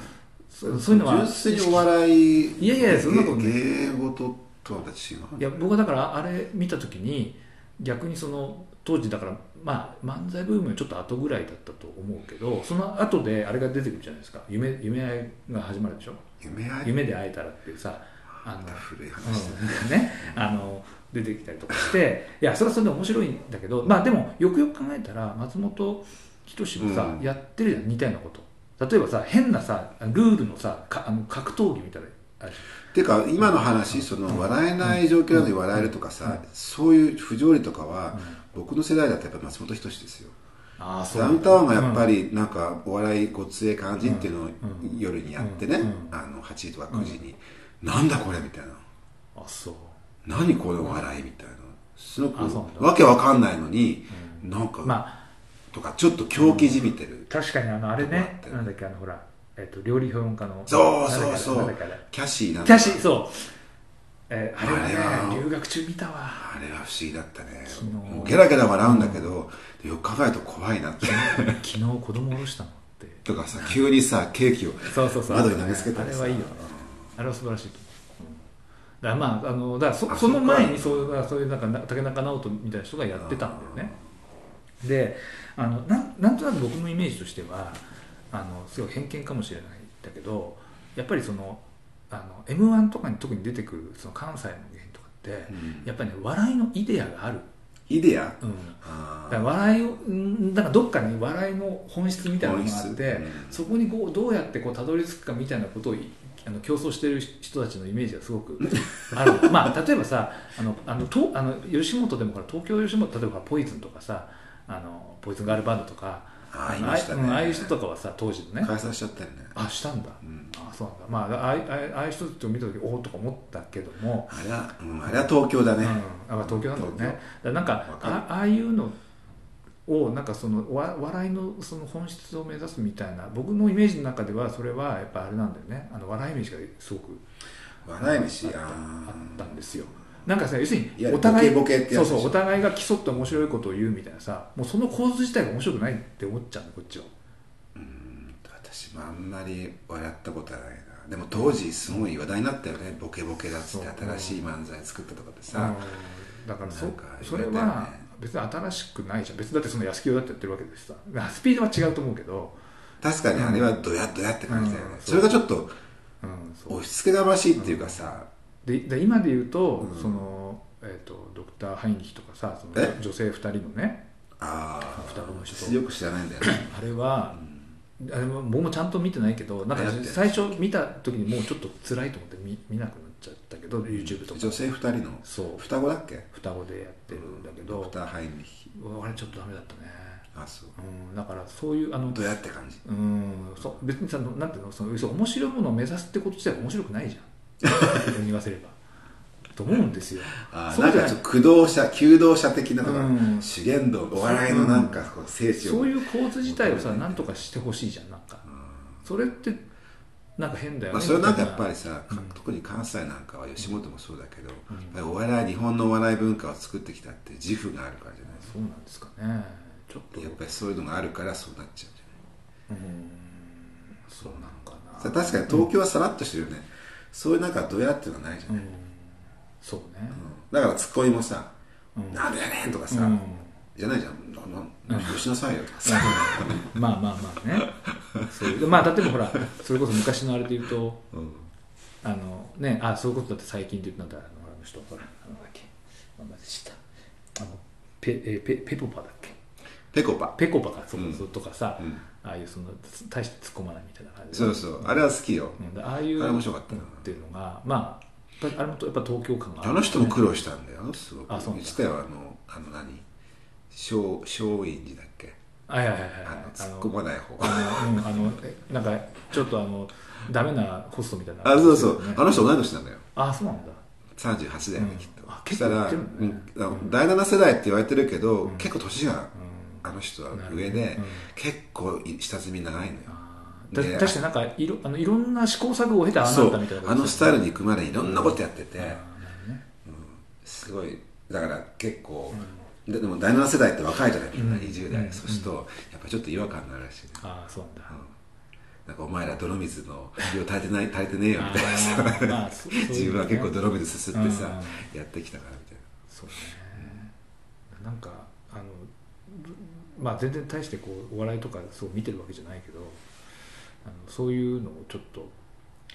S2: そそういうのは
S1: 純粋にお笑い
S2: いやいやそんなことない
S1: 芸事とはまた違う
S2: いや僕はだからあれ見た時に逆にその当時だからまあ漫才ブームはちょっと後ぐらいだったと思うけどその後であれが出てくるじゃないですか夢夢会いが始まるでしょ
S1: 夢あり
S2: 夢で会えたらっていうさあの
S1: また古い話だね
S2: うんね、あの出てきたりとかしていやそれはそれで面白いんだけどまあでもよくよく考えたら松本人志もさ、
S1: うん
S2: やってるじゃん似たようなこと例えばさ変なさルールのさかあの格闘技みたいなのあるじゃん
S1: てか今の話その笑えない状況なのに笑えるとかさそういう不条理とかは僕の世代だとやっぱ松本人志ですよ
S2: ああそ
S1: ダウンタウンがやっぱりなんかお笑いごっつええ感じっていうのを
S2: んうん
S1: 夜にやってね
S2: うん
S1: あの8時とか9時になんだこれみたいな
S2: あそう
S1: 何この笑いみたいなすご
S2: あそうなん
S1: く
S2: だ
S1: わけわかんないのになんか
S2: まあ
S1: とかちょっと狂気じみてる
S2: 確かにあのあれ
S1: ちょっと
S2: ね
S1: 待って
S2: なんだっけあのほら、えっと料理評論家の
S1: そうそうそ
S2: なんだ
S1: う
S2: っけあれなんだっ
S1: キャシーなん
S2: けあれキ
S1: か
S2: ャシーそう、えーあれは
S1: あ
S2: ね
S1: れは
S2: 留学中見たわ
S1: あれは不思議だったね
S2: 昨日
S1: もうゲラゲラ笑うんだけどよく考えると怖いなって
S2: 昨日子供下ろしたのって
S1: とかさ急にさケーキを
S2: そうそうそう
S1: 窓に投げつけた
S2: あ
S1: り
S2: れ
S1: さ
S2: はいいよねあれは素晴らしいと思う、だからまああのだからそ
S1: あ
S2: その前に
S1: そ
S2: そういうそういうなんかな竹中直人みたいな人がやってたんだよねであのなんなんとなく僕のイメージとしてはあのすごい偏見かもしれないんだけどやっぱりそのあの m 1とかに特に出てくるその関西の芸人とかって、
S1: うん
S2: やっぱりね笑いのイデアがある、
S1: イデア
S2: うん、
S1: あ
S2: だ
S1: ー
S2: から笑いをうんなんかどっかに笑いの本質みたいなのがあっ
S1: 本質
S2: て、
S1: うん
S2: そこにこうどうやってこうたどり着くかみたいなことをいあの競争してる人たちのイメージがすごく ある、まあ、例えばさあのあのとあの吉本でもほら東京吉本例えばほらポイズンとかさあのポイズンガールバンドとか
S1: あー
S2: の
S1: いましたね
S2: あいうんああいう人とかはさ当時のね
S1: 解散しちゃったよね
S2: あしたんだ、
S1: うん
S2: あそうなんだまああああああいう人たちを見た時おおとか思ったけども、
S1: あれはうんあれは東京だね
S2: うん、あ東京なんだよね
S1: 東
S2: だからなんか
S1: わかる
S2: あああいうのをなんかそのわ笑いのその本質を目指すみたいな僕のイメージの中ではそれはやっぱあれなんだよねあの笑い飯がすごく
S1: 笑い飯あ
S2: あった
S1: ー
S2: んですよなんかさ要する
S1: い
S2: に
S1: や
S2: お互い
S1: ボケボケってや
S2: そう
S1: つでしょ
S2: そうお互いが競って面白いことを言うみたいなさもうその構図自体が面白くないって思っちゃうのこっちは
S1: うん私もあんまり笑ったことはないなでも当時すごい話題になったよねボケボケだっつって
S2: そう
S1: 新しい漫才作ったとかって
S2: う
S1: さ
S2: んだからそ
S1: なんか
S2: そ
S1: 言われ
S2: れ
S1: たよね
S2: は別に新しくないじゃん別にだってその安清だってやってるわけですさスピードは違うと思うけど、
S1: 確かにあれはドヤドヤって感じだよ
S2: う
S1: ね
S2: ん
S1: それがちょっと
S2: うん、そう
S1: 押し付けがましいっていうかさ
S2: でで今で言うと、
S1: うん
S2: そのえー、とドクター・ハインリヒとかさその
S1: え
S2: 女性2人のね
S1: あ
S2: 双子の人
S1: あよく知らないんだよね
S2: あれは、あれも僕もちゃんと見てないけどなん
S1: 流
S2: か
S1: 行ってる
S2: 最初見た時にもうちょっと辛いと思って見見なくなっちゃったけど YouTube とか
S1: 女性二人の
S2: そう
S1: 双子だっけ
S2: 双子でやってるんだけど、
S1: ドクターハインリヒ
S2: あれちょっとダメだったね、
S1: あそう
S2: うん、だからそういうあの
S1: ドヤって感じ
S2: うんそう別にさなんていうのその要するに面白いものを目指すってこと自体が面白くな いじゃん自分に言わせればと思うんですよ
S1: あー
S2: そう
S1: なん
S2: じゃ
S1: か
S2: ない
S1: ちょっと駆動車求道車的なとか、
S2: うん
S1: 資源道お笑いのなんかこう聖地を
S2: そういう構図自体をさなんとかしてほしいじゃんなんかそれってなんか変だよ
S1: ま
S2: ね
S1: あ、それなんかやっぱ
S2: み
S1: りさ、特に関西なんかは吉本もそうだけど、
S2: うん
S1: やっぱりお笑い日本のお笑い文化を作ってきたっていう自負があるからじゃない
S2: たいなそうなんですかねちょっと
S1: やっぱりそういうのがあるからそうなっちゃうじ
S2: うんそうなのかな
S1: ゃないさ確かに東京はさらっとしてるよね、そういうなんかドヤっていうのはないじゃ
S2: う
S1: ない、
S2: んそうね
S1: だからツッコミもさ「
S2: うん
S1: なんでやねん!」とかさ、
S2: うん
S1: じゃないじゃん「ななよしな さいよ」とかさ、
S2: まあまあまあねそういうまあ例えばほらそれこそ昔のあれで言うと
S1: うん
S2: あのねあそういうことだって最近で言うとなんだあのほらあの人ほらあのなんだっけ名前したあのペえペペポパだっけ
S1: ペコパ、
S2: ペコパかそう
S1: うん
S2: そうとかさ、
S1: うん
S2: ああいうその大して突っ込まないみたいな感じで
S1: そうそうあれは好きよ、
S2: うんでああいう
S1: あれ面白かったな
S2: っていうのがまああれもやっぱ東京感があ
S1: あ
S2: る
S1: の人も苦労したんだよすごく
S2: あそうなんだ
S1: 言ってたよあのあの何松松陰寺だっけ
S2: はいはいはいはい
S1: あの
S2: あ
S1: 突っ込
S2: の
S1: まない方
S2: あのうんあのえなんかちょっとあのダメなホストみたいな
S1: あそうそう、あ
S2: あ
S1: の人同い年なんだよ
S2: あそうなんだ
S1: 38だよね、
S2: うん
S1: きっと
S2: あ
S1: そし
S2: 結
S1: た
S2: 構
S1: ら、
S2: 言ってるね
S1: うんあの第7世代って言われてるけど、
S2: うん
S1: 結構年が
S2: うん
S1: あの人は
S2: なるほど
S1: 上で、
S2: うん
S1: 結構下積み長いのよ
S2: あーだ
S1: ね
S2: 確かになんかいろあのいろんな試行錯誤を経てああな
S1: そ
S2: ったみたいな
S1: うあのスタイルに行くまでいろんなことやってて、
S2: あーなるほどね
S1: すごいだから結構、ででも第7世代って若いじゃないみんな
S2: うん
S1: 20代、
S2: うん
S1: そうするとやっぱちょっと違和感があるらしいね、
S2: ああそうなんだ、
S1: うんなんかお前ら泥水の量足りてない足りてねえよみたいなさ
S2: あーまあそそういうことね
S1: 自分は結構泥水すすってさやってきたからみたいな
S2: そうねなんかあのぶまあ全然大してこうお笑いとかそう見てるわけじゃないけどあのそういうのをちょっと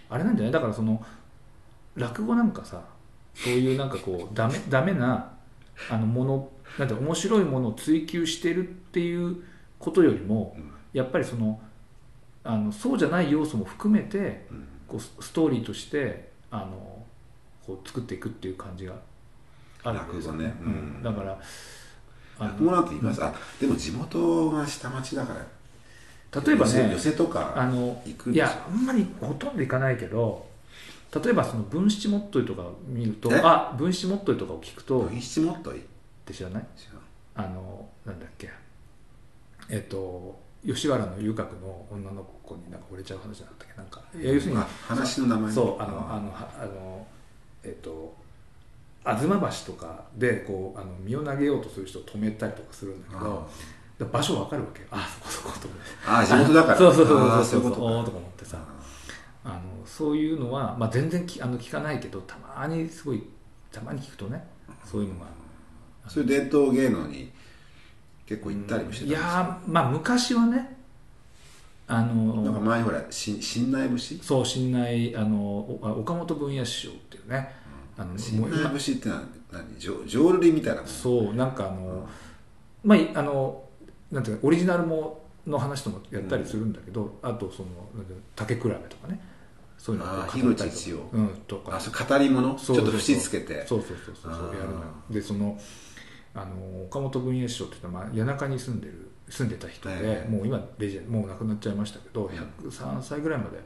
S2: あれなんじゃないだからその落語なんかさそういうなんかこうダ メダメなあのものなんて面白いものを追求してるっていうことよりも
S1: うん
S2: やっぱりそのあのそうじゃない要素も含めて
S1: うん
S2: こうスストーリーとしてあのこう作っていくっていう感じがあるわけですよ
S1: 落語ねうん
S2: だからあ
S1: 落語
S2: の
S1: なんて言いますあでも地元が下町だから
S2: 例えば
S1: 寄せ
S2: ね
S1: 寄せと
S2: あ
S1: か
S2: の
S1: 行くん
S2: い
S1: ですよ
S2: やあんまりほとんど行かないけど例えばその分子モットイとか見ると
S1: え
S2: あ分子モットイとかを聞くとっ
S1: 分子もっといい
S2: て知らない
S1: 違う
S2: あのなんだっけえっ、と吉原の遊郭の女の子になんか惚れちゃう話じゃなかったっけなんかいや要するに
S1: あ話の名前ね
S2: そうあのあのはあのえっ、と吾妻橋とかでこうあの身を投げようとする人を止めたりとかするんだけど
S1: あ
S2: だから場所わかるわけよあそこそこと思って
S1: あ地元だから
S2: そうそうそうそ
S1: あ
S2: う
S1: ーそういう
S2: そう
S1: ことか
S2: おーとか思ってさあのそういうのは、まあ、全然きあの聞かないけどたまにすごいたまに聞くとねそういうのが
S1: そういう伝統芸能に結構行ったりもしてたん
S2: い
S1: ですか
S2: やーまあ昔はね
S1: な
S2: あ
S1: んか
S2: の
S1: 前にほらし新内節
S2: そう信頼あのおあ岡本文也師匠っていうねあのもう
S1: 新内
S2: 今
S1: 節ってのは何浄浄瑠璃みたいなもん
S2: そうなんかあの、
S1: うん
S2: まあい、あのなんていうかオリジナルもの話ともやったりするんだけど、あとそのなんていうの竹比べとかねそういうのを
S1: あー
S2: 語ったり
S1: 樋口一葉
S2: とか,、うん、とか
S1: あそう語り物ち
S2: そ
S1: ょ
S2: う
S1: っ
S2: そう
S1: と
S2: そう
S1: 節つけて
S2: そうそうそうそう
S1: あー
S2: やるのよでそのあの岡本文英師匠っていうのは、まあ、谷中に住んでる住んでた人で、
S1: ええ
S2: もう今レジェンもう亡くなっちゃいましたけど
S1: うん
S2: 103歳ぐらいまで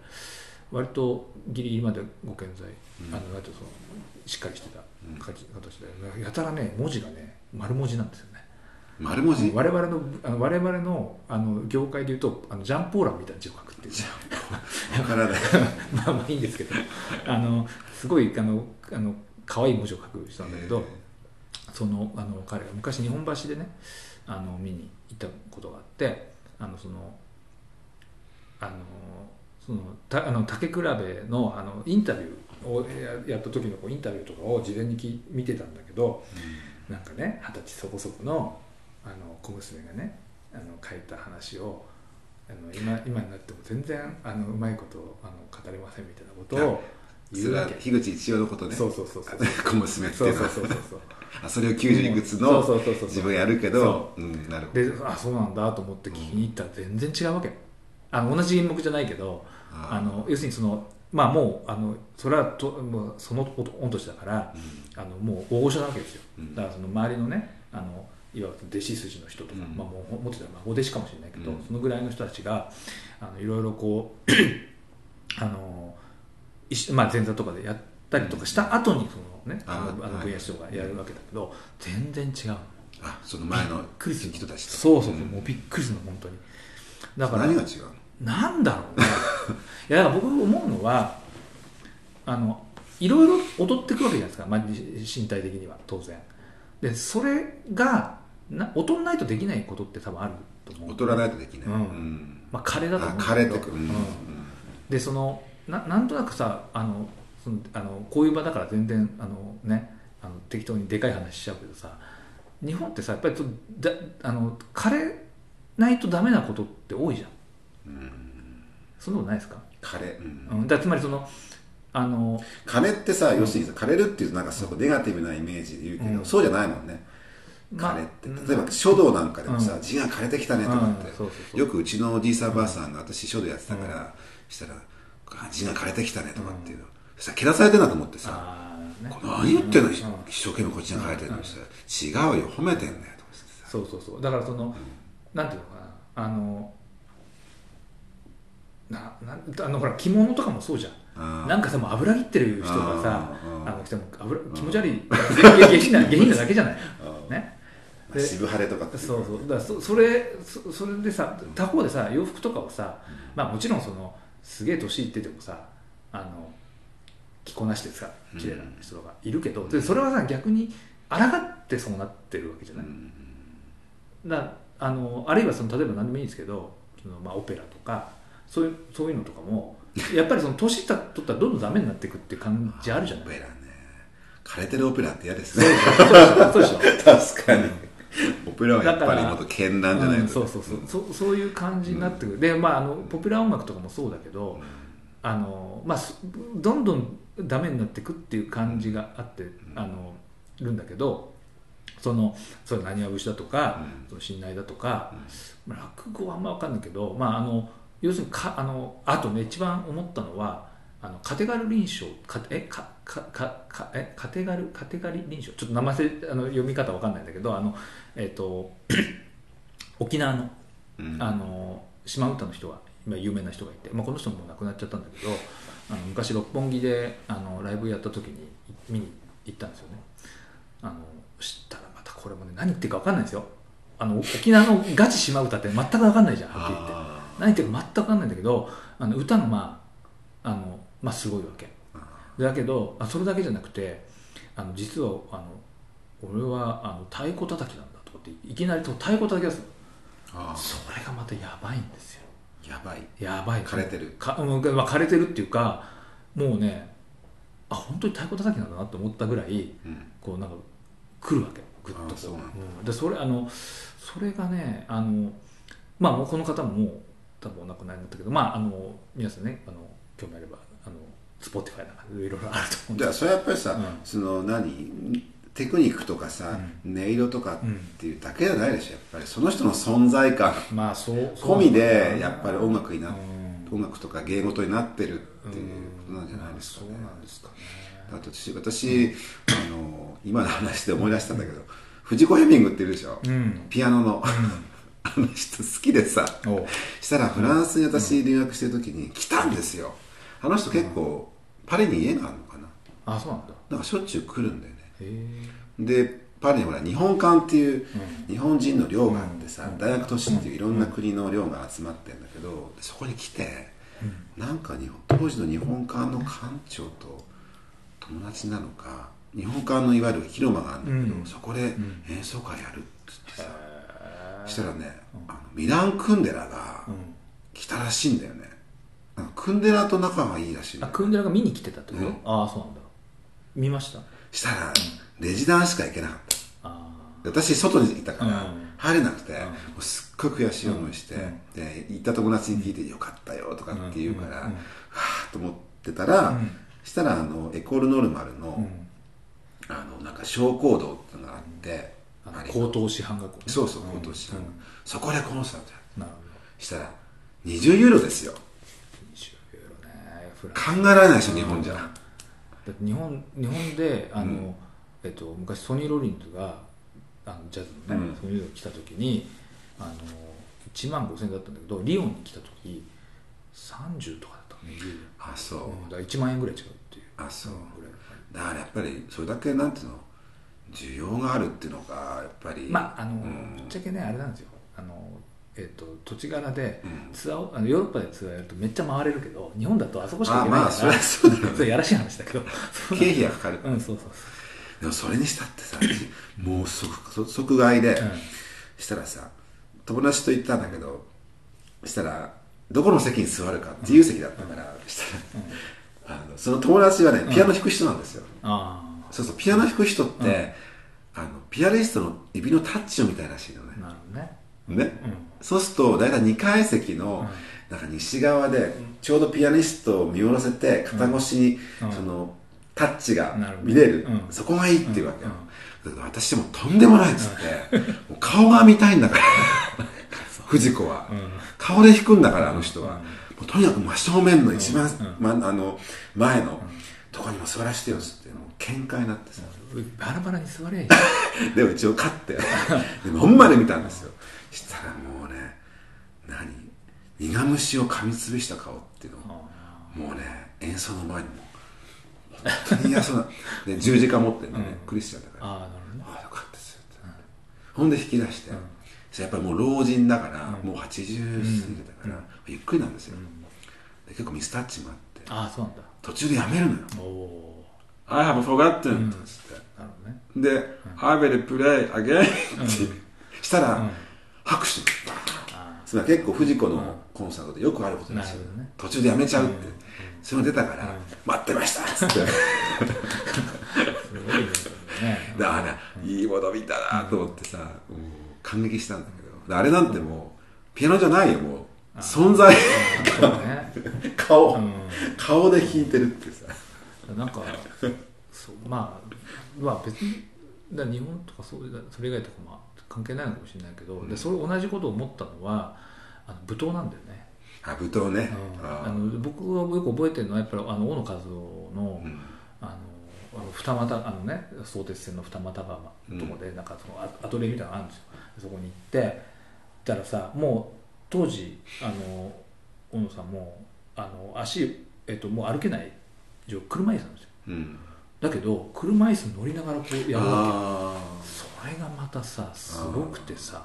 S2: 割とギリギリまでご健在、
S1: うん
S2: あのなんていうのそのしっかりしてた
S1: うん
S2: 形形でやたらね文字がね丸文字なんですよね
S1: 丸文字
S2: 我々のあの我々のあの業界でいうとあのジャンポーランみたいな字を書くっていう
S1: ジわからない
S2: まあまあいいんですけどあのすごいあのあの可愛い文字を書く人なんだけど、そのあの彼が昔日本橋でねあの見に行ったことがあってあのそのあのそのたあの竹比べのあのインタビューをややった時のこうインタビューとかを事前にき見てたんだけどなんかね二十歳そこそこのあの小娘がねあの書いた話をあの今今になっても全然あのうまいことあの語れませんみたいなことを
S1: うん
S2: 言
S1: そうれは
S2: わけ。
S1: 樋口一葉のことね
S2: そうそうそうそう
S1: 小娘って
S2: そ
S1: いううの
S2: そう
S1: は
S2: そうそう そう
S1: あそれを90いくつの
S2: そうそうそうそう
S1: 自分やるけどうんなるほど
S2: であそうなんだと思って聞きに行ったら全然違うわけあの同じ演目じゃないけど
S1: あー
S2: あの要するにそのまあもうあのそれはともうその御年だから
S1: うん
S2: あのもう大御所なわけですよ
S1: うん
S2: だからその周りのねあのいわゆる弟子筋の人とか、
S1: うん
S2: まあ、もうもっと言ったら孫弟子かもしれないけど、
S1: うん
S2: そのぐらいの人たちがあのいろいろこうあの一緒まあ、前座とかでやったりとかした後にそのね、あの
S1: あ
S2: あの
S1: はい
S2: VS とかやるわけだけど、全然違うの
S1: あその前
S2: び
S1: の
S2: っくりする
S1: 人たちと
S2: そうそうそう、
S1: ん
S2: もうびっくりするの本当にだから
S1: 何が違うの
S2: なんだろうねいやだから僕思うのはあのいろいろ踊っていくわけじゃないですか、まあ、し身体的には当然でそれがな劣んないとできないことって多分あると思う
S1: 劣らないとできない
S2: うん
S1: うん
S2: まあ、枯れだと思
S1: あ
S2: うんだけ
S1: 枯
S2: ど
S1: れてくるうん
S2: うんでそのななんとなくさあのそのあのこういう場だから全然あの、ね、あの適当にでかい話しちゃうけどさ日本ってさやっぱりちょっとだあの枯れないとダメなことって多いじゃ
S1: う
S2: ん
S1: ん
S2: そんなことないですか、
S1: 枯れうん
S2: うん、だつまりそのあの
S1: 枯れってさ要するにさ枯れるっていうとなんかすごくネガティブなイメージで言うけど、
S2: うん
S1: そうじゃないもんね
S2: ま
S1: 枯れって、
S2: うん
S1: 例えば書道なんかでもさ、
S2: うん
S1: 字が枯れてきたねとかって、
S2: うんそうそうそう
S1: よくうちのおじいさんばあさんが私書道やってたから、したらあ字が枯れてきたねとかっていうの、そしたらけなされてんなと思ってさ
S2: あー
S1: 「
S2: ね
S1: これ何言ってんの、
S2: うん
S1: 一生懸命こっちが枯れてるのにしたら「違うよ褒めてんだよ」とかしてさ
S2: そうそうそうだからそのなんていうのかなあのななんあのほら着物とかもそうじゃん
S1: あー
S2: なんかさもう油切ってる人がさ
S1: うんうん
S2: あの来ても油気持ち悪い下 品な下品なだけじゃない
S1: うん
S2: ね
S1: まあ
S2: で
S1: 渋晴れとかってい
S2: そうそうだからそそれそそれでさ他方でさ洋服とかをさまあもちろんそのすげえ年いっててもさあの着こなしてさ綺麗な人がいるけどでそれはさ逆に抗ってそうなってるわけじゃ
S1: う
S2: ない
S1: ん
S2: だあのあるいはその例えば何でもいいんですけどその、まあ、オペラとかそういうそういうのとかもやっぱりその年取ったらどんどんダメになっていくっていう感じあるじゃ
S1: オ
S2: な
S1: ペ
S2: い
S1: ラね枯れてるオペラって嫌ですね
S2: そうでしょそうでしょ
S1: 確かにオペラはやっぱり
S2: だから
S1: もっと絢爛じゃない
S2: うん
S1: と
S2: そ
S1: ね
S2: うそうそうそそういう感じになってくる、でまああのポピュラー音楽とかもそうだけどあの、まあ、すどんどんダメになってくっていう感じがあって、あのるんだけどそのそれ何は節だとか、
S1: うん
S2: その信頼だとか、まあ落語はあんま分かんないけど、まあ、あの要するにかあのあとね一番思ったのはあのカテガル臨床かえかかかかえカテガルカテガリ臨床ちょっと名前せあの読み方わかんないんだけどあの、えっと 沖縄の
S1: うん
S2: あの島唄の人が今有名な人がいて、まあ、この人ももう亡くなっちゃったんだけどあの昔六本木であのライブやった時に見に行ったんですよねあのしたらまたこれもね何言ってるか分かんないんですよあの沖縄のガチ島唄って全く分かんないじゃんはっきり言って
S1: あ
S2: 何言ってるか全く分かんないんだけどあの歌がまああのまあすごいわけ
S1: ー
S2: だけどあそれだけじゃなくてあの実はあの俺はあの太鼓叩きなんだとかっていきなりと太鼓叩き出すの
S1: あー
S2: それがまたやばいんですよ
S1: やばい
S2: やばい
S1: 枯れてる
S2: か、うんまあ、枯れてるっていうかもうねあ本当に太鼓叩きなんだなと思ったぐらい
S1: うん
S2: こうなんか来るわけグッとこ
S1: あそうなんだ
S2: うんでそれあのそれがねあのまあもうこの方ももう多分お亡くなりになったけどまああの皆さんねあの興味あればあのスポティファイなんかでいろいろあると思うん
S1: じ
S2: で
S1: ゃあそれはやっぱりさ、
S2: うん
S1: その何テクニックとかさ、音色とかっていうだけじゃないでしょやっぱりその人の存在感
S2: まあそうそう
S1: 込みでやっぱり音楽になっ
S2: うん
S1: 音楽とか芸事になってるっていうことなんじゃないですか
S2: そう
S1: ね
S2: なんですかね
S1: だって私私あの今の話で思い出したんだけど藤子ヘミングっているでしょ、
S2: うん
S1: ピアノのあの人好きでさ
S2: おう
S1: したらフランスに私留学してる時に来たんですよあの人結構パリに家があるのかな
S2: あそうなんだ
S1: なんかしょっちゅう来るんだよね
S2: へえ
S1: でパリにほら日本館っていう日本人の寮があってさ、大学都市っていういろんな国の寮が集まってんだけどそこに来てなんか日本当時の日本館の館長と友達なのか日本館のいわゆる広間があるんだけど、
S2: うん
S1: そこで演奏会やるっつってさ、
S2: へ
S1: したらねあのミラン・クンデラが
S2: ーうん
S1: 来たらしいんだよねなんかクンデラと仲がいいらしいの
S2: あクンデラが見に来てたってこと、
S1: うん
S2: ああそうなんだ見ました
S1: したらレジダンしか行けなかった
S2: あ
S1: で私外にいたから、
S2: うん
S1: 入れなくて、
S2: ん
S1: もうすっごい悔しい思いして、
S2: うん
S1: で行った友達に聞いて「よかったよ」とかって言うから、
S2: うんうん
S1: はあと思ってたら、
S2: ん
S1: したらあのエコール・ノルマルの,、
S2: あうん
S1: あのなんか小講堂っていうのがあって、
S2: あ
S1: あ
S2: の
S1: れ
S2: 高等師範学校ね
S1: そうそう今年、
S2: うん
S1: そこでコンサートやる
S2: なるほど
S1: したら20ユーロですよ
S2: 20ユーロねフラン
S1: 考えられないでしょ日本じゃ
S2: スだって日本日本であの、えっと、昔ソニー・ロリンズがあのジャズのね、
S1: うん
S2: ソニー・ロリンズが来た時にあの1万5000円だったんだけどリオンに来た時30とかだったのねユー
S1: あそう、
S2: ロうんだから1万円ぐらい違うっていう
S1: あそう
S2: ぐらい
S1: だからやっぱりそれだけなんていうの需要があるっていうのがやっぱり
S2: まああの、
S1: うん
S2: ぶっちゃけねあれなんですよあの、えっと土地柄で
S1: うん
S2: ツアーをあのヨーロッパでツアーやるとめっちゃ回れるけど日本だとあそこしか行けない
S1: まあまあ
S2: か
S1: そ
S2: ら、
S1: りゃそうだよね
S2: それやらしい話だけどそう
S1: 経費がかかる
S2: うんそうそう
S1: でもそれにしたってさ もう即即即買いで、
S2: うん
S1: したらさ友達と行ったんだけどしたらどこの席に座るか自由席だったから、したら、あのその友達はねピアノ弾く人なんですよ、
S2: あ
S1: そうそうピアノ弾く人って、あのピアニストの指のタッチをみたいらしいのね
S2: あなるほどね
S1: ね、
S2: うん
S1: そうすると大体2階席のなんか西側でちょうどピアニストを見下ろせて肩越しに
S2: うん
S1: そのタッチが
S2: なるほど
S1: 見れる、
S2: うん
S1: そこがいいっていうわけよ、だから私もとんでもないっつって、もう顔が見たいんだ から藤子は、
S2: ん
S1: 顔で弾くんだからあの人は、
S2: うん
S1: もうとにかく真正面の一番、
S2: う
S1: まあの前のとこにも座らせてよっつってもう喧嘩になってさ、
S2: バラバラに座 れゃいい
S1: でも一応勝って、でも本まで見たんですよ。したらもうね、何苦虫を噛みつぶした顔っていうの。
S2: あ
S1: もうね、演奏の前にも、本当に嫌そうな。で、十字架持ってんのね、クリスチャンだから。あ
S2: あなるほどね
S1: あ、よかったですよって。ほんで引き出して、そしたらやっぱりもう老人だから、もう80過ぎてたから、ゆっくりなんですよ。で結構ミスタッチもあって、
S2: ああそうなんだ
S1: 途中でやめるのよ。
S2: おお
S1: I have forgotten! って言って。
S2: ーなるほどね
S1: で、I will play again って、したら、拍手でバーン
S2: あ
S1: つまり結構藤子のコンサートでよくあること
S2: な
S1: で
S2: る
S1: す
S2: ほ
S1: よ、
S2: どね
S1: 途中でやめちゃうって、
S2: うん
S1: それも出たから、
S2: うん
S1: 待ってましたっつって
S2: すごいです ね
S1: だから、いいもの見たなと思ってさ、もう感激したんだけどだからあれなんてもうピアノじゃないよもう存在
S2: そうね
S1: 顔、
S2: う
S1: 顔で弾いてるってさ
S2: んなんかそうまあまあ別にだから日本とかそうだそれ以外とかまあ関係ないのかもしれないけど、でそれ同じことを思ったのはあの舞踏なんだよね、
S1: あ舞踏ね、
S2: うん
S1: あ
S2: あの僕がよく覚えてるのはやっぱりあの大野和夫の、
S1: うん
S2: あのあの二股あのね相鉄線の二股川のとこで、なんかそのアアトリエみたいなのがあるんですよそこに行ってたらさもう当時あの小野さんもあの足、えっと、もう歩けない状車椅子なんですよ
S1: うん
S2: だけど車椅子乗りながらこうやるわけ
S1: あ
S2: それがまたさすごくてさ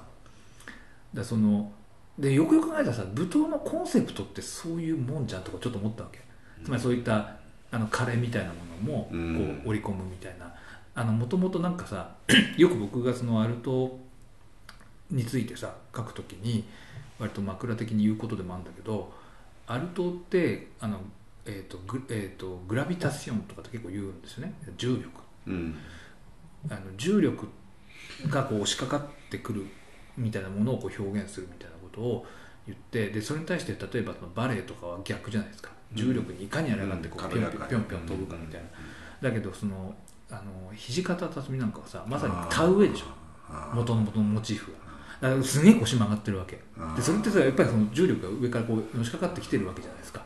S2: だそのでよくよく考えたらさ舞踏のコンセプトってそういうもんじゃんとかちょっと思ったわけつまりそういったあのカレーみたいなものもこ
S1: うん
S2: う織り込むみたいなあのもともとなんかさ よく僕がそのアルトについてさ書くときに割と枕的に言うことでもあるんだけどアルトってあの、えーとグえー、とグラビタシオンとかって結構言うんですよね重力
S1: ーうん
S2: あの重力がこう押しかかってくるみたいなものをこう表現するみたいなことを言ってでそれに対して例えばそのバレエとかは逆じゃないですか重力にいかにあらがってこ
S1: うん
S2: うピョン
S1: 軽や
S2: ピョン
S1: か
S2: ピョンピョン飛ぶかみたいなだけどそのあの土方辰巳なんかはさまさに田植えでしょ
S1: あー
S2: 元の元のモチーフがだからすげえ腰曲がってるわけ
S1: あー
S2: でそれってさやっぱりその重力が上からこうのしかかってきてるわけじゃないですか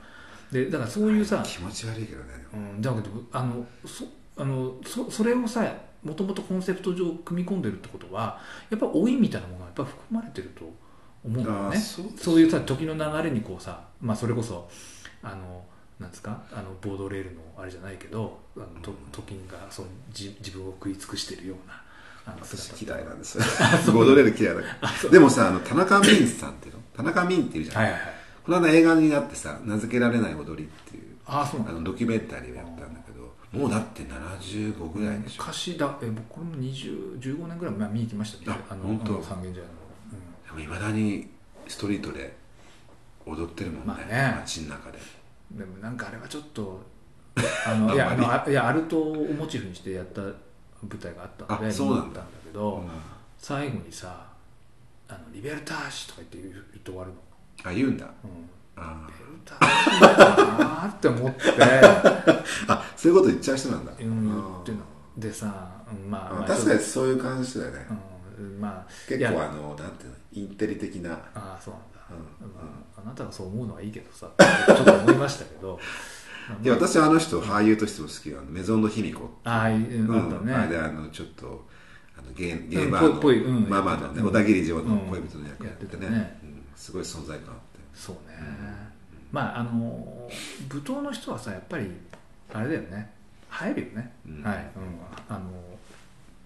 S2: でだからそういうさ
S1: 気持ち悪いけどね
S2: うん、だけどあのそあのそそれをさもともとコンセプト上組み込んでるってことはやっぱ老いみたいなものがやっぱ含まれてると思うんだよ
S1: あ
S2: ね
S1: ーそう
S2: そういうさ時の流れにこうさ、まあ、それこそあのなんですかあのボードレールのあれじゃないけどあのと時がそうじ自分を食い尽くしてるようなあの姿
S1: 私嫌いなんですよ戻れる嫌いだからでもさあの田中泯さんっていうの田中泯っていうじゃん、
S2: はいはいはい
S1: この間映画になってさ「名付けられない踊り」っていう
S2: ああそうな
S1: あ
S2: んだ
S1: のドキュメンタリーをやったんだけどもうだって75ぐらいでしょ
S2: 昔だえ僕も20 15年ぐらい前見に行きましたね
S1: あ
S2: あの
S1: 本当
S2: あの三軒茶屋の、うん
S1: でもいまだにストリートで踊ってるもんね,、
S2: まあね
S1: 街の中で
S2: でもなんかあれはちょっ とあのいや
S1: あ
S2: あ
S1: んまり
S2: のあいやアルトをモチーフにしてやった舞台があったので
S1: あそうなんだ
S2: 見に行ったんだけど、
S1: うん
S2: 最後にさ「あのリベルターシ」とか言って言う言って終わるの、
S1: あ言うんだ
S2: うん、
S1: あ
S2: リベルターシだなーって 思って、
S1: ーあそういうこと言っちゃう人なんだ、
S2: うん、
S1: あ
S2: 言
S1: ー
S2: ってのでさ、うんまあ、
S1: あ
S2: まあ
S1: 確かにそういう感じだよね、
S2: うん、まあい
S1: 結
S2: や
S1: 構あのなんていうのインテリ的な
S2: ああそうなんだ、
S1: うん
S2: まあ、あなたがそう思うのはいいけどさちょっと思いましたけ ど
S1: いや私はあの人俳優としても好きよあのメゾンの卑弥呼って
S2: ああい
S1: いううん
S2: あったね、
S1: あれであのちょっとあのゲーゲ
S2: う
S1: ー
S2: ん
S1: バーの、
S2: ぽいぽいうん
S1: ママのね
S2: やってたね
S1: 小田切城の恋人の役やっててね,、
S2: うんやって
S1: うんすごい存在感あって
S2: そうね、まああの舞踏の人はさやっぱりあれだよね映えるよね、
S1: うん
S2: はい、うん、あの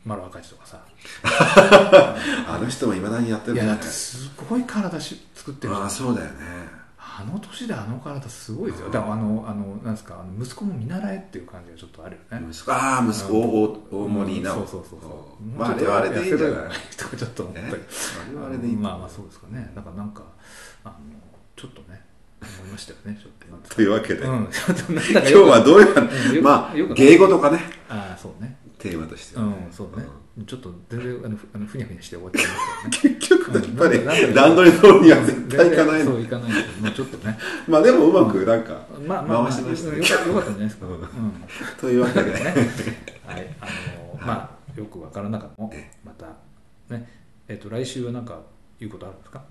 S2: 丸赤字とかさ
S1: あの人もいまだにやって
S2: い
S1: る
S2: や
S1: ね
S2: だってすごい体し作ってるじ
S1: あ
S2: ゃん
S1: あそうだよね
S2: あの年であの体すごいですよだからあのあのなんですかあの息子も見習えっていう感じがちょっとあるよね
S1: 息子ああ息子、
S2: う
S1: 大大森なお、
S2: うんそうそうそうそう
S1: まああれはあれでいいんじゃない
S2: やせろよとかちょっと思ったり
S1: ねあれはあれでいい
S2: まあまあそうですかねだからなんかあのちょっとね思いましたよねちょっ となんか
S1: というわけで、
S2: うんちょっとなんか
S1: 今日はどういう
S2: うんよく
S1: まあ
S2: よく
S1: 芸語とかね
S2: ああそうね
S1: テーマとして
S2: う
S1: はね、
S2: んそうね、ちょっと全然あのふあのふにゃふにゃして終わっちゃいましたよね
S1: 結局やっぱ
S2: うん
S1: り段取り通りには絶 対いかない
S2: 全然
S1: の
S2: そういかないですけどもうちょっとね
S1: まあでもうまくなんか
S2: まあまあ、
S1: 回
S2: まあ、
S1: してましたね
S2: よかよかったんじゃないですか、
S1: うん
S2: うん
S1: というわけで
S2: ねはいあのまあよくわからなかったも
S1: え
S2: またねえっ、と来週は何か言うことあるんですか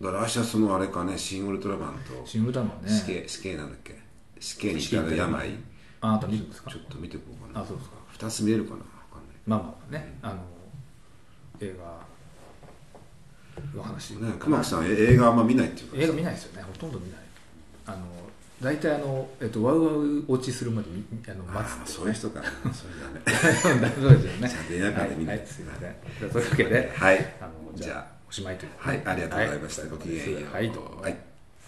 S1: だから来週はそのあれかね「シン・ウルトラマン」と
S2: シングルタウンは
S1: 「
S2: ね
S1: 死刑」死刑なんだっけ死刑に至る病ち
S2: あなた見るんですか
S1: ょっと見てこうかな
S2: あそうですか
S1: 2つ見れるかなわかんない
S2: まあまあねあの映画の話
S1: けどね熊木さんえ映画あんま見ないっていうから
S2: 映画見ないですよねほとんど見ないあの大体あの、えっと、ワウワウ落ちするまでみあの待つ
S1: ああ
S2: って
S1: そういう人かなそれだね
S2: そうですよね
S1: ちゃんと映画館で見ない
S2: はいはい、すいませんじゃあというわけ で、
S1: はい
S2: あの
S1: じ
S2: じ
S1: ゃ
S2: ゃ
S1: あ
S2: あおしまいということ
S1: は
S2: で
S1: いありがとうございましたごきげんよう
S2: はいどうも
S1: はい